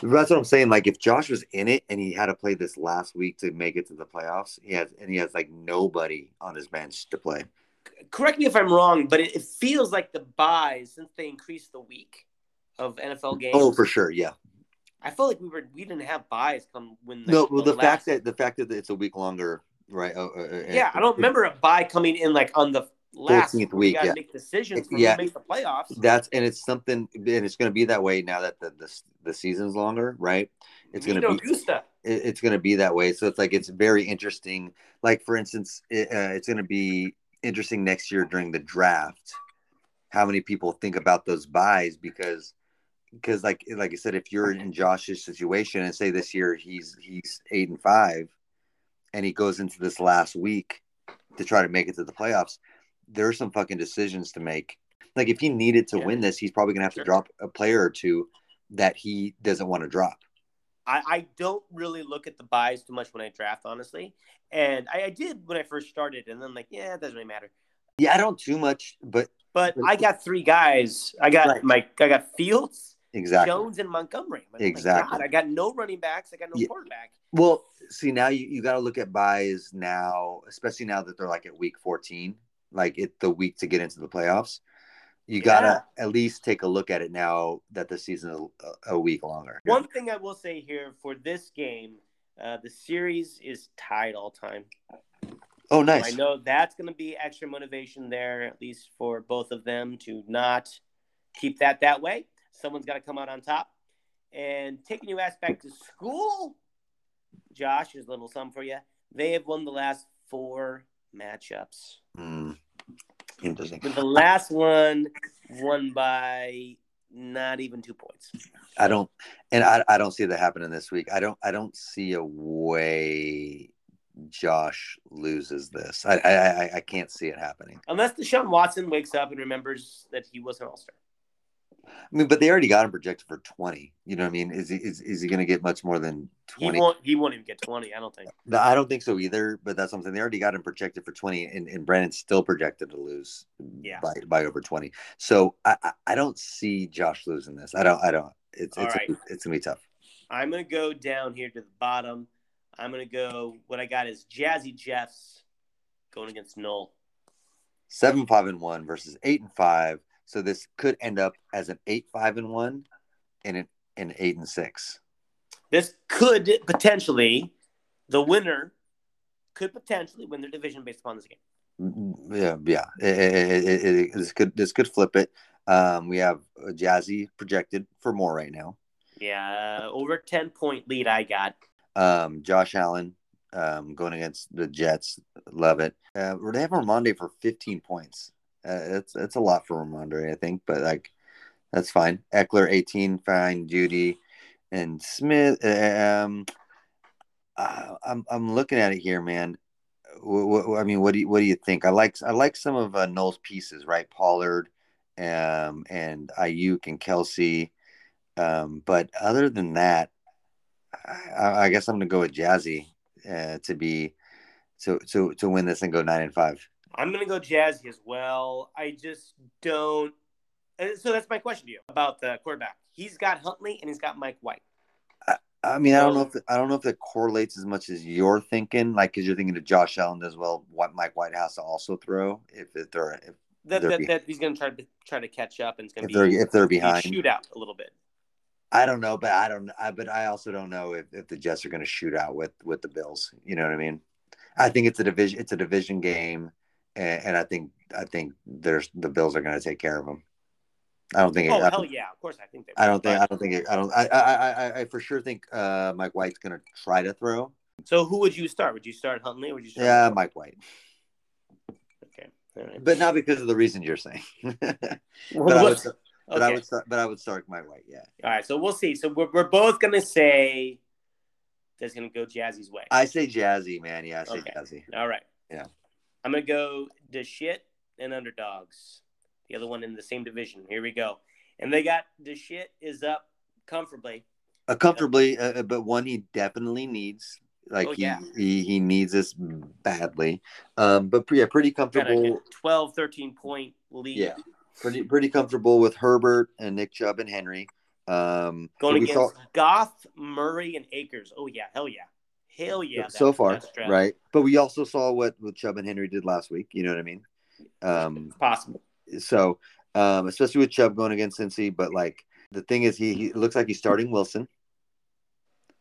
S2: that's what I'm saying. Like if Josh was in it and he had to play this last week to make it to the playoffs, he has, and he has like nobody on his bench to play.
S1: correct me if I'm wrong, but it, it feels like the buys since they increased the week of NFL games.
S2: Oh, for sure, yeah.
S1: I felt like we were we didn't have buys come when the,
S2: no well the
S1: last-
S2: fact that the fact that it's a week longer right uh, uh, uh,
S1: yeah I don't remember a buy coming in like on the last
S2: 14th
S1: we
S2: week,
S1: got to
S2: yeah.
S1: make decisions when
S2: Yeah.
S1: we make the playoffs.
S2: that's and it's something and it's going to be that way now that the the, the season's longer right it's going to
S1: Vito
S2: be
S1: Gusta.
S2: it- it's going to be that way so it's like it's very interesting like for instance it, uh, it's going to be interesting next year during the draft how many people think about those buys because because like like i said if you're in josh's situation and say this year he's he's eight and five and he goes into this last week to try to make it to the playoffs there are some fucking decisions to make like if he needed to
S1: Yeah.
S2: win this he's probably going to have
S1: Sure.
S2: to drop a player or two that he doesn't want to drop
S1: I, I don't really look at the buys too much when I draft, honestly. And I, I did when I first started, and then like, yeah, it doesn't really matter.
S2: yeah i don't too much but
S1: But I got three guys. I got
S2: Right.
S1: my I got Fields,
S2: exactly
S1: Jones and Montgomery. I'm like, "Oh
S2: Exactly.
S1: God, I got no running backs. I got no
S2: Yeah.
S1: quarterback.
S2: Well, see now you, you got to look at buys now, especially now that they're like at week 14, like it the week to get into the playoffs. You got to at least take a look at it now that the season is a, a week longer.
S1: One thing I will say here for this game, uh, the series is tied all time.
S2: oh,
S1: So
S2: nice.
S1: I know that's going to be extra motivation there, at least for both of them to not keep that that way. Someone's got to come out on top. And taking your ass back to school, Josh, here's a little something for you. They have won the last four matchups.
S2: Hmm. Interesting.
S1: With the last one won by not even two points.
S2: I don't, and I, I don't see that happening this week. I don't, I don't see a way Josh loses this. I, I, I, I can't see it happening.
S1: Unless Deshaun Watson wakes up and remembers that he was an all star.
S2: I mean, but they already got him projected for 20. You know what I mean? Is he, is, is he going to get much more than
S1: He
S2: 20?
S1: won't he won't even get twenty, I don't think.
S2: No, I don't think so either. But that's something they already got him projected for twenty, and, and Brandon's still projected to lose
S1: Yeah.
S2: by, by over twenty. So I, I I don't see Josh losing this. I don't. I don't. It's
S1: All
S2: it's,
S1: right.
S2: it's gonna be tough.
S1: I'm gonna go down here to the bottom. I'm gonna go what I got is Jazzy Jeffs going against Null.
S2: Seven five and one versus eight and five. So this could end up as an eight five and one, and an an eight and six.
S1: This could potentially the winner could potentially win their division based upon this game.
S2: Yeah, yeah. It- it- it- it- this could this could flip it. Um, we have uh, Jazzy projected for more right now.
S1: Yeah, over ten point lead I got.
S2: Um, Josh Allen um, going against the Jets. Love it. Uh, they have Ramondre for 15 points. Uh, that's that's a lot for Ramondre, I think, but like that's fine. Eckler 18, fine. Judy and Smith. uh, Um, uh, I'm I'm looking at it here, man. Wh- wh- I mean, what do you what do you think? I like I like some of uh, Noel's pieces, right? Pollard, um, and Ayuk and Kelsey. Um, but other than that, I, I guess I'm gonna go with Jazzy uh, to be to to to win this and go nine and five.
S1: I'm gonna go jazzy as well. I just don't. uh, So that's my question to you about the quarterback. He's got Huntley and he's got Mike White.
S2: I mean, I don't know if I don't know if that correlates as much as you're thinking, like because you're thinking of Josh Allen as well. What Mike White has to also throw if, if they're if,
S1: That,
S2: They're
S1: that,
S2: be-
S1: that he's gonna try to try to catch up and it's gonna
S2: if they're
S1: be,
S2: if they're
S1: be a
S2: behind.
S1: shootout a little bit.
S2: I don't know, but I don't. I, but I also don't know if, if the Jets are going to shoot out with with the Bills. You know what I mean? I think it's a division. It's a division game, and, and I think I think there's the Bills are going to take care of them. I don't think.
S1: Oh
S2: I,
S1: hell yeah! Of course I think they.
S2: I
S1: will,
S2: don't think.
S1: but-
S2: I don't think. It, I don't. I, I. I- I. I for sure think uh, Mike White's going to try to throw.
S1: So who would you start? Would you start Huntley? Or would you start?
S2: Yeah, Mike White,
S1: Okay. All right.
S2: but not because of the reason you're saying. (laughs) but, (laughs) I
S1: Well,
S2: would, but I
S1: okay.
S2: would. start- But I would start Mike White. Yeah.
S1: All right. So we'll see. So we're, we're both gonna say that's gonna go Jazzy's way.
S2: I say Jazzy, man. Yeah, I say
S1: Okay.
S2: Jazzy.
S1: All right.
S2: Yeah.
S1: I'm gonna go the shit and underdogs. The other one in the same division. Here we go. And they got the shit is up comfortably.
S2: Uh, comfortably, uh, uh, but one he definitely needs. Like
S1: Oh,
S2: he,
S1: yeah.
S2: he he needs this badly. Um, but pre- yeah, pretty
S1: Got a
S2: comfortable.
S1: 12, 13 point lead.
S2: Yeah, pretty pretty comfortable with Herbert and Nick Chubb and Henry. Um,
S1: Going
S2: who we
S1: against
S2: saw-
S1: Goff, Murray, and Akers. Oh yeah, hell yeah, hell yeah. that-
S2: so far,
S1: that stretch.
S2: right? But we also saw what what Chubb and Henry did last week. You know what I mean? Um,
S1: It's possible.
S2: so um, especially with Chubb going against Cincy, but like the thing is, he, he it looks like he's starting Wilson.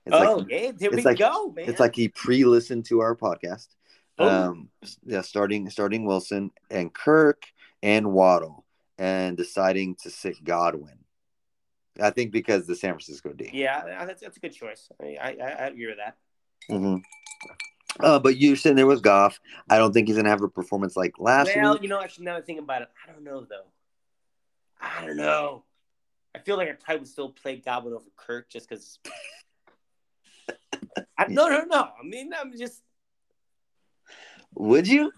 S2: It's
S1: oh
S2: like,
S1: yeah, there
S2: it's
S1: we
S2: like-
S1: go, man.
S2: It's like he pre-listened to our podcast.
S1: Oh.
S2: Um, yeah, starting starting Wilson and Kirk and Waddle, and deciding to sit Godwin. I think because the San Francisco D.
S1: yeah, that's, that's a good choice. I, I, I agree with that.
S2: Mhm. Uh, but you sitting there with Goff. I don't think he's gonna have a performance like last
S1: well,
S2: week.
S1: you know, actually, now that I think about it, I don't know though. I don't know. I feel like I probably would still play Goblin over Kirk just because. no, no, no. I mean, I'm just.
S2: Would you?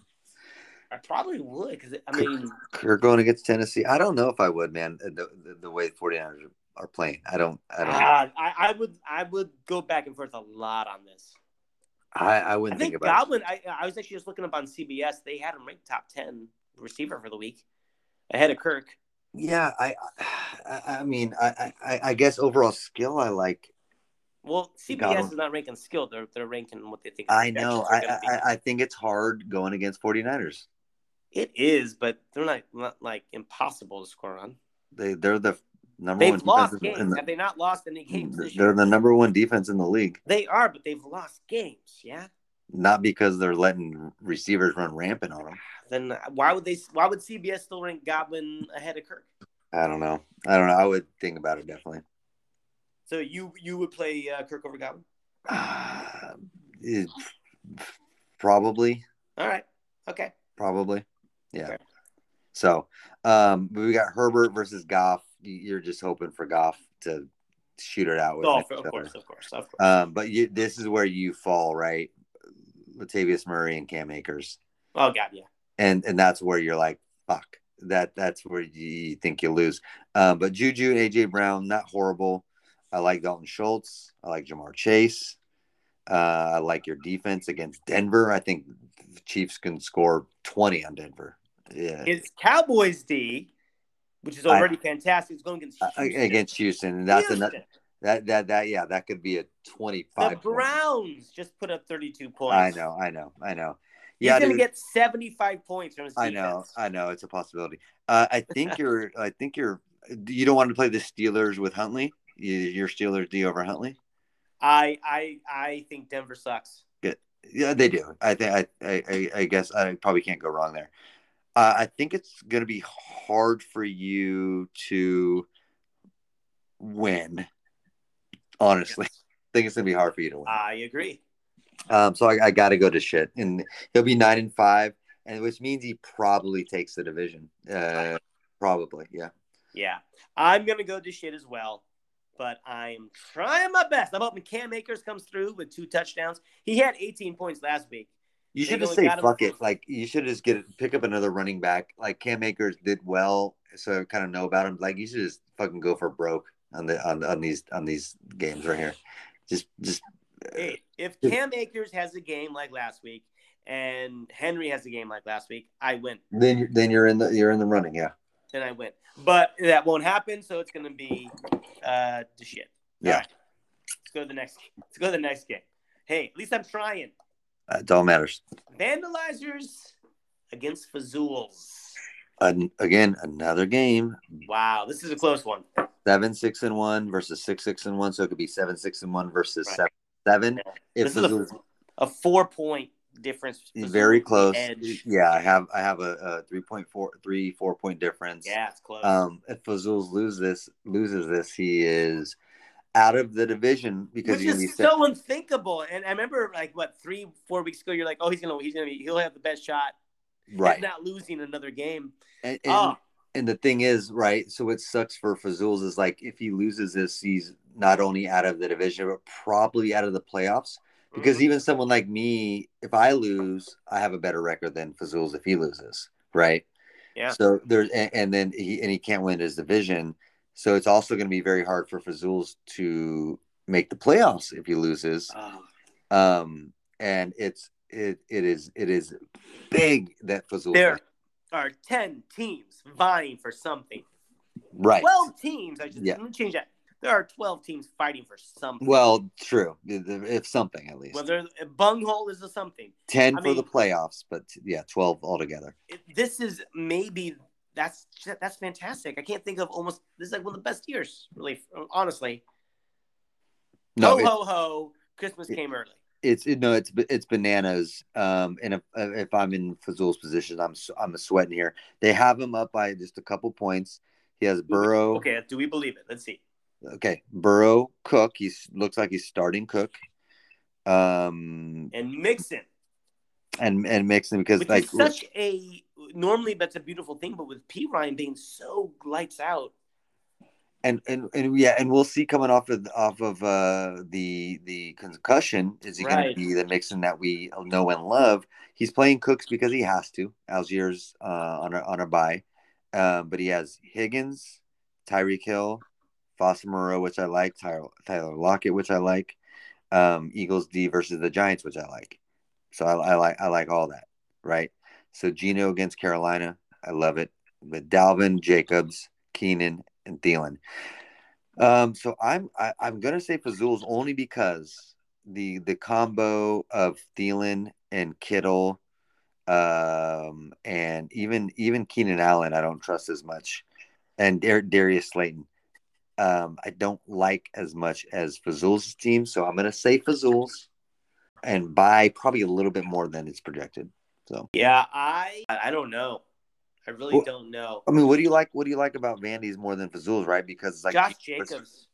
S1: I probably would because I mean,
S2: Kirk going against Tennessee. I don't know if I would, man. The, the, the way the 49ers are playing. I don't I don't
S1: God, I, I would, I would go back and forth a lot on this.
S2: I, I
S1: I
S2: wouldn't think,
S1: think
S2: about
S1: Goblin. I, I was actually just looking up on CBS. They had him ranked top ten receiver for the week, ahead of Kirk.
S2: it. Yeah, I I, I mean I, I I guess overall skill I like
S1: Well,
S2: Got
S1: CBS
S2: 'em.
S1: is not ranking skill. They're they're ranking what they think.
S2: I know.
S1: projections are gonna
S2: I,
S1: be.
S2: I, I think it's hard going against 49ers.
S1: it is, but they're not, not like impossible to score on.
S2: They they're the number
S1: They've
S2: one
S1: lost
S2: defense
S1: games.
S2: in
S1: Have they not lost any games
S2: the,
S1: this
S2: they're
S1: year?
S2: the number one defense in the league.
S1: They are, but they've lost games. Yeah.
S2: Not because they're letting receivers run rampant on them.
S1: Then uh, why would they? Why would CBS still rank Goblin ahead of Kirk?
S2: I don't know. I don't know. I would think about it definitely. (sighs)
S1: So you you would play uh, Kirk over Goblin?
S2: Uh, it- probably,
S1: All right. Okay.
S2: probably, yeah.
S1: Okay.
S2: So um, we got Herbert versus Goff. You're just hoping for Goff to shoot it out with
S1: Oh,
S2: Nick
S1: of
S2: Chubb.
S1: course, of course, of course.
S2: Um, but you, this is where you fall, right? Latavius Murray and Cam Akers,
S1: oh God, yeah.
S2: and and that's where you're like, fuck. That that's where you think you lose. Um, but Juju and AJ Brown, not horrible. I like Dalton Schultz. I like Jamar Chase. Uh, I like your defense against Denver. I think the Chiefs can score twenty on Denver. Yeah,
S1: His Cowboys D, which is
S2: I-
S1: already fantastic, is going against
S2: A-
S1: Houston.
S2: Uh, against Houston, and that's
S1: Houston.
S2: another that that that yeah, that could be a
S1: The
S2: twenty-five. point.
S1: Browns just put up 32 points.
S2: I know, I know, I know.
S1: He's
S2: Yeah,
S1: going to
S2: dude.
S1: get 75 points from his
S2: I
S1: defense.
S2: know, I know, it's a possibility. Uh, I think you're. I think you're. You don't want to play the Steelers with Huntley. You, your Steelers D over Huntley.
S1: I, I, I think Denver sucks.
S2: Yeah, they do. I think. I. I- I. I guess I probably can't go wrong there. Uh, I think it's going to be hard for you to win. Honestly, I think it's going to be hard for you to win.
S1: I agree.
S2: Um, so I, I got to go to shit, and he'll be nine and five, and which means he probably takes the division. Uh, probably, yeah.
S1: Yeah. I'm going to go to shit as well, but I'm trying my best. I'm hoping Cam Akers comes through with two touchdowns. He had 18 points last week.
S2: You
S1: They
S2: should just
S1: only
S2: say
S1: got him
S2: fuck
S1: for-
S2: it. Like you should just get pick up another running back. Like Cam Akers did well, so I kind of know about him. Like you should just fucking go for broke on the on, on these on these games right here. Just just
S1: Hey, if Cam Akers has a game like last week and Henry has a game like last week, I win.
S2: Then you- then you're in the you're in the running. Yeah.
S1: Then I win. But that won't happen, so it's gonna be uh the shit.
S2: Yeah.
S1: All right. Let's go to the next let's go to the next game. Hey, at least I'm trying.
S2: Uh, It all matters.
S1: Vandalizers against Fazools.
S2: An again, another game.
S1: Wow, this is a close one.
S2: Seven six and one versus six six and one. So it could be seven six and one versus
S1: Right.
S2: seven seven.
S1: Yeah.
S2: If
S1: this is a,
S2: Missoula-
S1: a four point difference. Fazools
S2: very close.
S1: Edge.
S2: Yeah, I have I have a, a three point four three four point difference.
S1: Yeah, it's close.
S2: Um, if Fazul's lose this loses this, he is out of the division because
S1: Which
S2: he's gonna be
S1: is
S2: se-
S1: so unthinkable. And I remember like what three, four weeks ago, you're like, oh, he's gonna he's gonna be he'll have the best shot
S2: right.
S1: at not losing another game.
S2: And, and,
S1: Oh,
S2: and the thing is, right? So what sucks for Fazul's is like if he loses this, he's not only out of the division but probably out of the playoffs. Because
S1: mhm.
S2: even someone like me, if I lose, I have a better record than Fazul's if he loses, right?
S1: Yeah.
S2: So there's and, and then he and he can't win his division, so it's also going to be very hard for Fazul's to make the playoffs if he loses.
S1: Oh,
S2: Um, and it's it it is it is big that Fazul
S1: there are ten teams vying for something.
S2: right.
S1: Twelve teams. I should
S2: Yeah.
S1: let me change that. There are twelve teams fighting for something.
S2: Well, true. If something at least
S1: Whether a bunghole is a something.
S2: ten
S1: I
S2: for the
S1: mean-
S2: playoffs, but yeah, twelve altogether.
S1: It, this is maybe that's that's fantastic. I can't think of almost this is like one of the best years, really, honestly.
S2: No,
S1: ho
S2: it-
S1: ho ho! Christmas
S2: Yeah.
S1: came early.
S2: it's it, no, it's it's bananas. Um, and if if I'm in Fazul's position, I'm s- I'm sweating here. They have him up by just a couple points. He has Burrow.
S1: Okay, do we believe it? Let's see.
S2: Okay, Burrow, Cook. He looks like he's starting Cook, um,
S1: And Mixon,
S2: and and mixing because
S1: which
S2: like
S1: is such a normally that's a beautiful thing, but with P Ryan being so lights out,
S2: and, and and yeah, and we'll see coming off of off of uh, the the concussion. Is he going to
S1: Right.
S2: be the mixing that we know and love? He's playing Cooks because he has to. Algiers uh, on a on a bye, um, but he has Higgins, Tyreek Hill, Foster Moreau, which I like, Tyler, Tyler Lockett, which I like, um, Eagles D versus the Giants, which I like. So I, I like I like all that, right? So Gino against Carolina, I love it. But Dalvin, Jacobs, Keenan, and Thielen. Um, so I'm I, I'm gonna say Fazul's only because the the combo of Thielen and Kittle, um, and even even Keenan Allen, I don't trust as much, and Dar- Darius Slayton, um, I don't like as much as Fazul's team. So I'm gonna say Fazul's, and by probably a little bit more than it's projected. So
S1: yeah, I I don't know, I really
S2: Well,
S1: don't know.
S2: I mean, what do you like? What do you like about Vandy's more than Fazul's, right? Because it's like
S1: Josh Jacobs,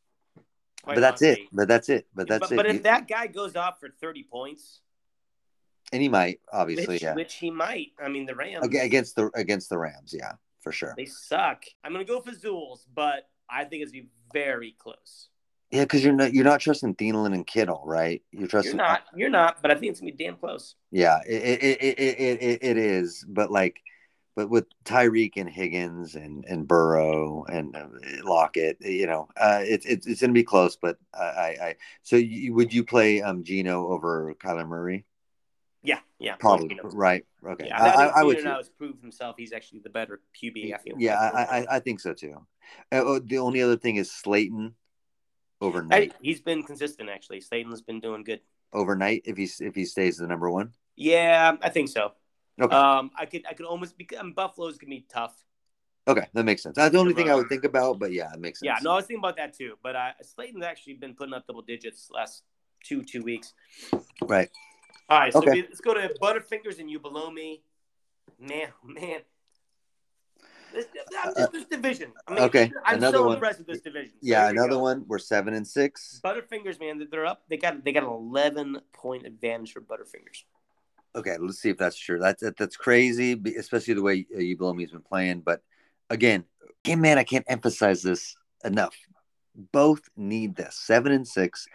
S2: but that's it.
S1: honestly.
S2: But that's it. But that's
S1: but,
S2: it.
S1: but
S2: You-
S1: if that guy goes off for thirty points,
S2: and he might obviously,
S1: which,
S2: yeah,
S1: which he might, I mean the Rams
S2: Aga- against the against the Rams, yeah, for sure.
S1: they suck. I'm gonna go for Zools, but I think it's gonna be very close.
S2: Yeah, because you're not you're not trusting Thielen and Kittle, right? You're
S1: You're
S2: trusting,
S1: not, you're not, but I think it's gonna be damn close.
S2: yeah, it it, it, it, it- it it is, but like, but with Tyreek and Higgins and and Burrow and uh, Lockett, you know, uh, it's it's it's gonna be close. But I, I, I so you, would you play um Gino over Kyler Murray?
S1: Yeah, yeah,
S2: Probably,
S1: Geno.
S2: right? Okay,
S1: Yeah,
S2: I, I, I would.
S1: Keenan now has proved himself. He's actually the better QB. I feel.
S2: Yeah, I, I, I think so too. Uh, oh, the only other thing is Slayton overnight.
S1: I- he's been consistent actually. Slayton's been doing good.
S2: Overnight, if he if he stays the number one,
S1: Yeah, I think so.
S2: Okay.
S1: Um, I could, I could almost be. Um, Buffalo's gonna be tough.
S2: okay, that makes sense. That's the only
S1: You're
S2: thing
S1: right.
S2: I would think about, but yeah, it makes sense.
S1: Yeah, no, I was thinking about that too. But uh, Slayton's actually been putting up double digits last two two weeks.
S2: right.
S1: All right, so
S2: Okay.
S1: we, let's go to Butterfingers and You Below Me. Man, oh, man. This, I'm just, this division. I mean,
S2: Uh, okay,
S1: I'm
S2: another
S1: so
S2: one.
S1: impressed with this division. So
S2: Yeah,
S1: here we
S2: another
S1: go.
S2: one. We're seven and six.
S1: Butterfingers, man, that they're up. They got they got an 11 point advantage for Butterfingers.
S2: Okay, let's see if that's true. That's that, that's crazy, be- especially the way uh, you below me's been playing. But again, hey man, I can't emphasize this enough. Both need this seven and six.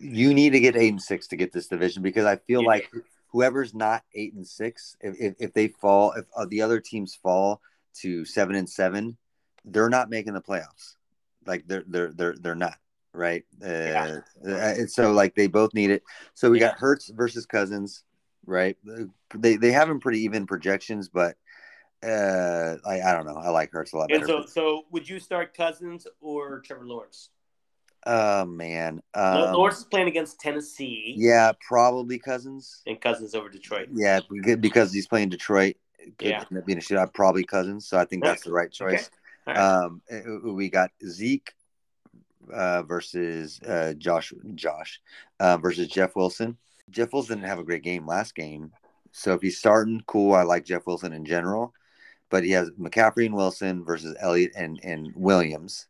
S2: You need to get eight and six to get this division because I feel
S1: You
S2: like whoever's not eight and six, if if, if they fall, if uh, the other teams fall to seven and seven, they're not making the playoffs. Like they're they're they're they're not right. Uh,
S1: Yeah.
S2: uh, and so like they both need it. So we
S1: Yeah.
S2: got Hertz versus Cousins. right? They they have him pretty even projections, but uh, I I don't know. I like Hurts a lot
S1: And
S2: better.
S1: so, so would you start Cousins or Trevor Lawrence?
S2: oh man,
S1: Law-
S2: um,
S1: Lawrence is playing against Tennessee,
S2: yeah, probably Cousins.
S1: and Cousins over Detroit.
S2: Yeah, beca- because he's playing Detroit. It Could
S1: Yeah.
S2: end up being a shootout. Probably Cousins, so I think that's the right choice.
S1: All right.
S2: Um, uh, we got Zeke uh, versus uh, Josh. Josh uh, versus Jeff Wilson. Jeff Wilson didn't have a great game last game, so if he's starting, cool. I like Jeff Wilson in general, but he has McCaffrey and Wilson versus Elliott and and Williams.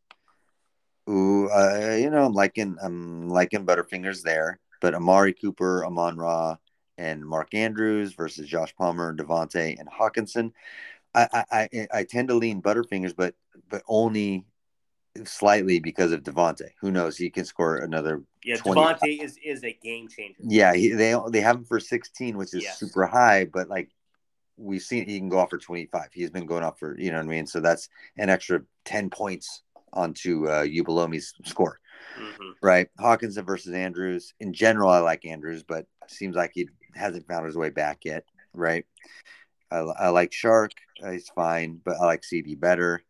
S2: Ooh, uh, you know I'm liking I'm liking Butterfingers there, but Amari Cooper, Amon Ra, and Mark Andrews versus Josh Palmer, Devontae, and Hawkinson. I I, I, I tend to lean Butterfingers, but but only slightly because of Devontae. Who knows? He can score another.
S1: yeah,
S2: 20.
S1: Devontae is is a game changer.
S2: Yeah, he, they they have him for 16, which is
S1: Yes.
S2: super high, but like we've seen, he can go off for 25. He's been going off for you know what I mean. So that's an extra 10 points onto uh, Ubalomi's score.
S1: Mhm.
S2: Right. Hawkinson versus Andrews. In general, I like Andrews, but seems like he hasn't found his way back yet. Right. I, I like Shark. Uh, He's fine, but I like CD better.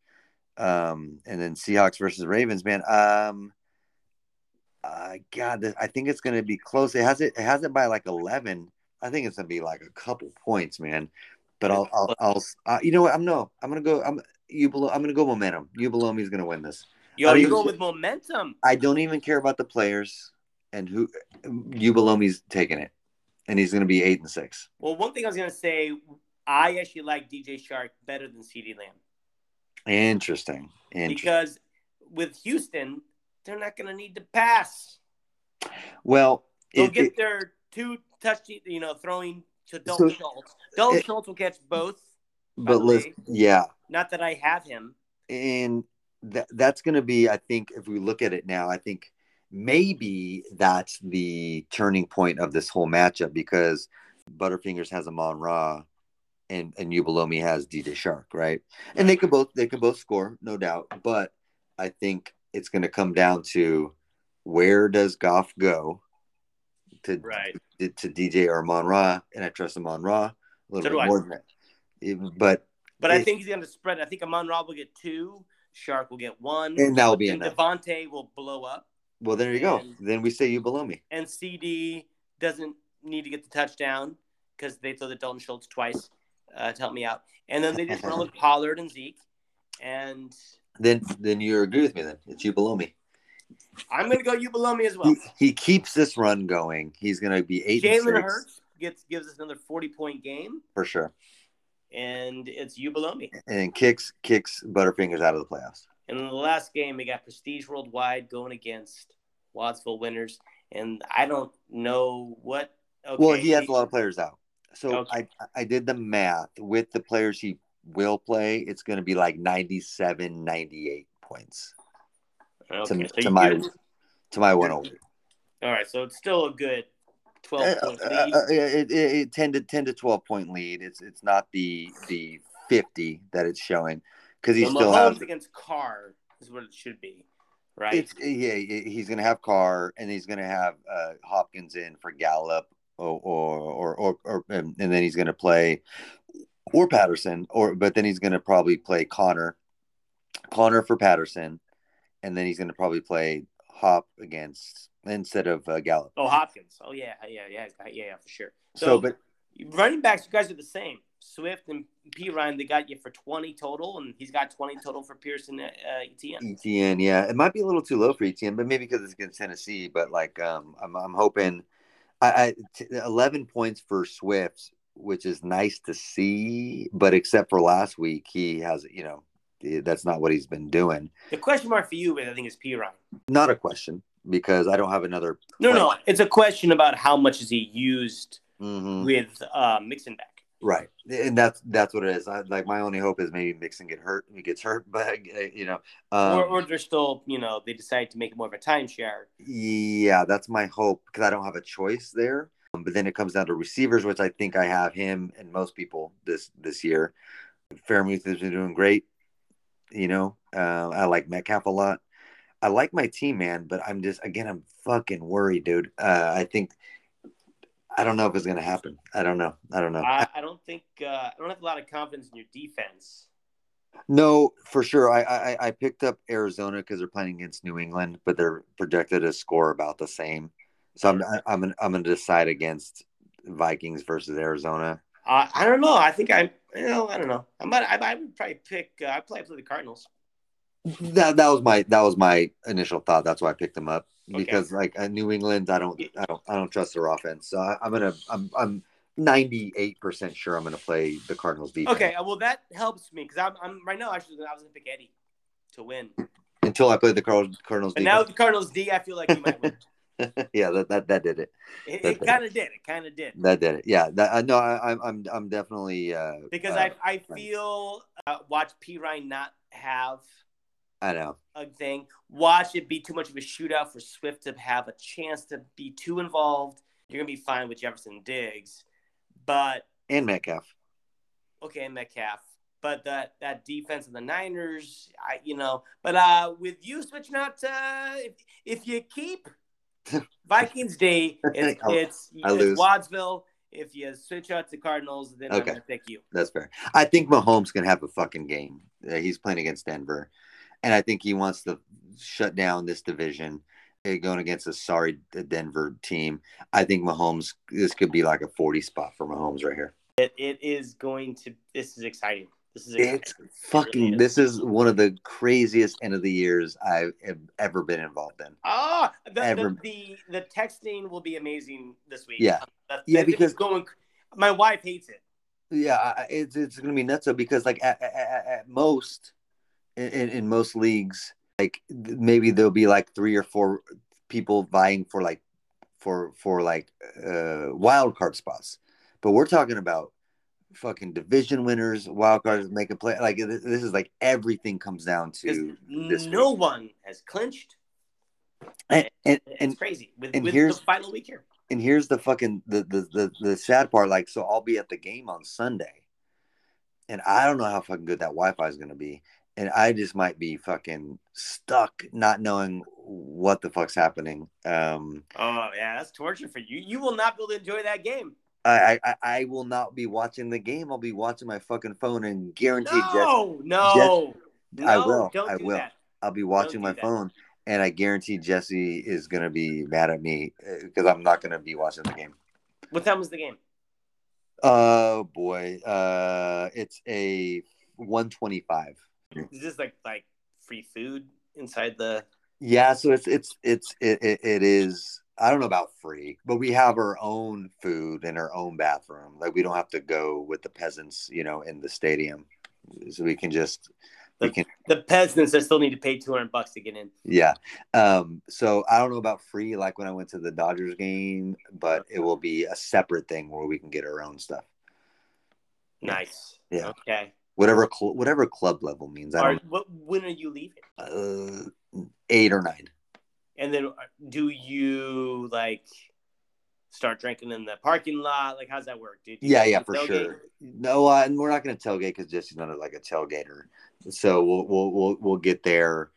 S2: Um, and then Seahawks versus Ravens, man. Um, uh, God, th- I think it's going to be close. It has it, it has it by like 11. I think it's going to be like a couple points, man. But I'll, I'll, I'll, uh, you know what? I'm no, I'm going to go. I'm, you below, I'm going to go momentum. You below me is going to win this.
S1: Yo,
S2: I don't
S1: you're
S2: even-
S1: going with momentum.
S2: I don't even care about the players and who Ubalomi's taking it. And he's gonna be eight and six.
S1: Well, one thing I was gonna say, I actually like DJ Shark better than CD Lamb
S2: Interesting. Interesting.
S1: because with Houston, they're not gonna need to pass.
S2: well,
S1: They'll
S2: it-
S1: get
S2: it-
S1: their two touch, you know, throwing to
S2: So-
S1: Dalton Schultz. Dalton
S2: it-
S1: Schultz will catch both.
S2: but
S1: the
S2: listen,
S1: way.
S2: yeah.
S1: Not that I have him.
S2: And that that's gonna be, I think, if we look at it now, I think maybe that's the turning point of this whole matchup because Butterfingers has Amon Ra and, and Ubalomi has DJ Shark, right? And they could both they could both score, no doubt. But I think it's going to come down to where does Goff go to
S1: Right.
S2: to, to DJ or Amon Ra, and I trust Amon Ra a
S1: So
S2: little
S1: do I.
S2: bit more than that. It- But
S1: But I
S2: It-
S1: think he's going to spread. I think Amon Ra will get two. Shark will get one.
S2: and that will be
S1: And
S2: enough.
S1: Devontae will blow up.
S2: Well, there you go.
S1: and-
S2: Then we say Ubalomi.
S1: And CD doesn't need to get the touchdown because they throw the Dalton Schultz twice uh, to help me out. And then they just run
S2: (laughs)
S1: with Pollard and Zeke. And
S2: Then then you agree with me. Then it's Ubalomi.
S1: I'm going to go you below me as well.
S2: He, he keeps this run going. He's going to be eight and
S1: Jalen
S2: six
S1: Hurts gets gives us another 40 point game,
S2: for sure,
S1: and it's you below me.
S2: and kicks kicks Butterfingers out of the playoffs.
S1: And then the last game, we got Prestige Worldwide going against Wadsville Winners. And I don't know what. Okay,
S2: Well, he has a lot of players out. So
S1: Okay.
S2: I I did the math with the players he will play, it's going to be like 97 98 points
S1: Okay,
S2: to,
S1: so
S2: to
S1: you-
S2: my to my 108.
S1: all right, so it's still a good
S2: Uh,
S1: 12
S2: uh,
S1: point lead.
S2: uh, it, it, it 10 to 10 to 12 point lead. It's it's not the the 50 that it's showing cuz he
S1: So
S2: still
S1: Mahomes
S2: has
S1: against Carr is what it should be, right?
S2: it's eh, yeah, he's going to have Carr and he's going to have uh, Hopkins in for Gallup or or or, or, or and and then he's going to play or Patterson or but then he's going to probably play Connor Connor for Patterson and then he's going to probably play Hop against instead of uh, Gallup.
S1: oh, Hopkins. Oh, yeah, yeah, yeah, yeah, yeah, for sure.
S2: So,
S1: So,
S2: but
S1: running backs, you guys are the same. Swift and P. Ryan, they got you for 20 total, and he's got 20 total for Pearson uh, ETN.
S2: ETN, E yeah, it might be a little too low for ETN, but maybe because it's against Tennessee. But like, um, I'm I'm hoping I, I t- 11 points for Swift, which is nice to see. But except for last week, he has you know that's not what he's been doing.
S1: The question mark for you, I think, is P. Ryan.
S2: Not a question because I don't have another.
S1: No, no,
S2: Like-
S1: it's a question about how much is he used
S2: Mhm.
S1: with uh, Mixon back.
S2: Right, and that's that's what it is. I, like my only hope is maybe Mixon get hurt, he gets hurt, but you know, um,
S1: or, or they're still, you know, they decided to make it more of a timeshare.
S2: (laughs) yeah, that's my hope because I don't have a choice there. Um, but then it comes down to receivers, which I think I have him and most people this this year. Fairmouth has been doing great. You know, uh, I like Metcalf a lot. I like my team, man, but I'm just again, I'm fucking worried, dude. Uh, I think I don't know if it's going to happen. I don't know. I don't know.
S1: I, I don't think uh, I don't have a lot of confidence in your defense.
S2: No, for sure. I I, I picked up Arizona because they're playing against New England, but they're projected to score about the same. So I'm I- I'm gonna, I'm going to decide against Vikings versus Arizona.
S1: Uh, I don't know. I think I, you know, I don't know. I might, I, I would probably pick. Uh, I play for the Cardinals.
S2: That that was my that was my initial thought. That's why I picked them up because like uh, New England, I don't I don't I don't trust their offense. So I, I'm gonna I'm I'm 98 percent sure I'm gonna play the Cardinals defense.
S1: Okay, uh, well that helps me because I'm, I'm right now. Actually, I was gonna pick Eddie to win,
S2: Until I play the Car- Cardinals
S1: but now
S2: defense.
S1: with the Cardinals D, I feel like he might win.
S2: (laughs) yeah, that, that that did it.
S1: It, it kind of did. It kind of did
S2: That did it. Yeah. That, uh, no, I, I'm I'm I'm definitely uh,
S1: because
S2: uh,
S1: I, I feel uh, watch P Ryan not have
S2: I know.
S1: a thing. Watch it be too much of a shootout for Swift to have a chance to be too involved. You're gonna be fine with Jefferson Diggs, but
S2: And Metcalf.
S1: okay, and Metcalf. But that that defense of the Niners, I you know. But uh, with you switching out, uh, if, if you
S2: (laughs)
S1: keep Vikings Day, it's
S2: I'll-
S1: it's,
S2: (laughs) I lose.
S1: it's Wadsville. If you switch out to Cardinals, then I'm
S2: Okay.
S1: gonna pick you.
S2: That's fair. I think Mahomes can have a fucking game. Uh, he's playing against Denver, and I think he wants to shut down this division. uh, Going against a sorry Denver team, I think Mahomes. This could be like a forty spot for Mahomes right here.
S1: It, it is going to. This is exciting. This is exciting.
S2: It's fucking.
S1: is.
S2: This is one of the craziest end of the years I've ev- ever been involved in.
S1: Ah, the,
S2: Ever-
S1: the, the the texting will be amazing this week.
S2: Yeah.
S1: The-
S2: Yeah,
S1: the-
S2: because-
S1: going. My wife hates it.
S2: Yeah, I- I- it's it's gonna be nuts though because like at, at- at, at most, in, in in most leagues, like th- maybe there'll be like three or four people vying for like for for like uh wild card spots, but we're talking about fucking division winners, wild cards making play. Like th- this is like everything comes down
S1: 'Cause
S2: to this
S1: no one has clinched.
S2: and and,
S1: It's
S2: and
S1: crazy with,
S2: and
S1: with
S2: here's-
S1: the final week here.
S2: and here's the fucking the, the the the sad part like so i'll be at the game on sunday and i don't know how fucking good that wi-fi is going to be and i just might be fucking stuck not knowing what the fuck's happening um
S1: Oh yeah, that's torture for you. You will not be able to enjoy that game.
S2: i i, I I will not be watching the game i'll be watching my fucking phone and guaranteed Jets,
S1: No, no, no.
S2: I will,
S1: Don't
S2: I
S1: do
S2: will.
S1: that.
S2: i'll be watching
S1: Don't
S2: my
S1: do that.
S2: phone and i guarantee jesse is going to be mad at me because i'm not going to be watching the game
S1: What time was the game?
S2: Oh boy, uh, it's a one twenty-five.
S1: Is this like like free food inside the?
S2: Yeah, so it's it's it's it, it, it is. I don't know about free, but we have our own food and our own bathroom. Like we don't have to go with the peasants, you know, in the stadium. So we can just we
S1: Like-
S2: can
S1: The peasants that still need to pay two hundred bucks to get in.
S2: yeah. Um, so I don't know about free, like when I went to the Dodgers game, but it will be a separate thing where we can get our own stuff.
S1: Nice.
S2: Yeah.
S1: Okay.
S2: Whatever cl- whatever club level means. I
S1: Are,
S2: don't
S1: what, when are you leaving?
S2: uh, eight or nine.
S1: And then uh, do you like start drinking in the parking lot? Like, how's that work? Do you, do you
S2: Yeah,
S1: do
S2: yeah,
S1: the
S2: for
S1: tailgate?
S2: sure. No, uh, and we're not going to tailgate because Jesse's not a, like a tailgater. So we'll we'll we'll we'll get there,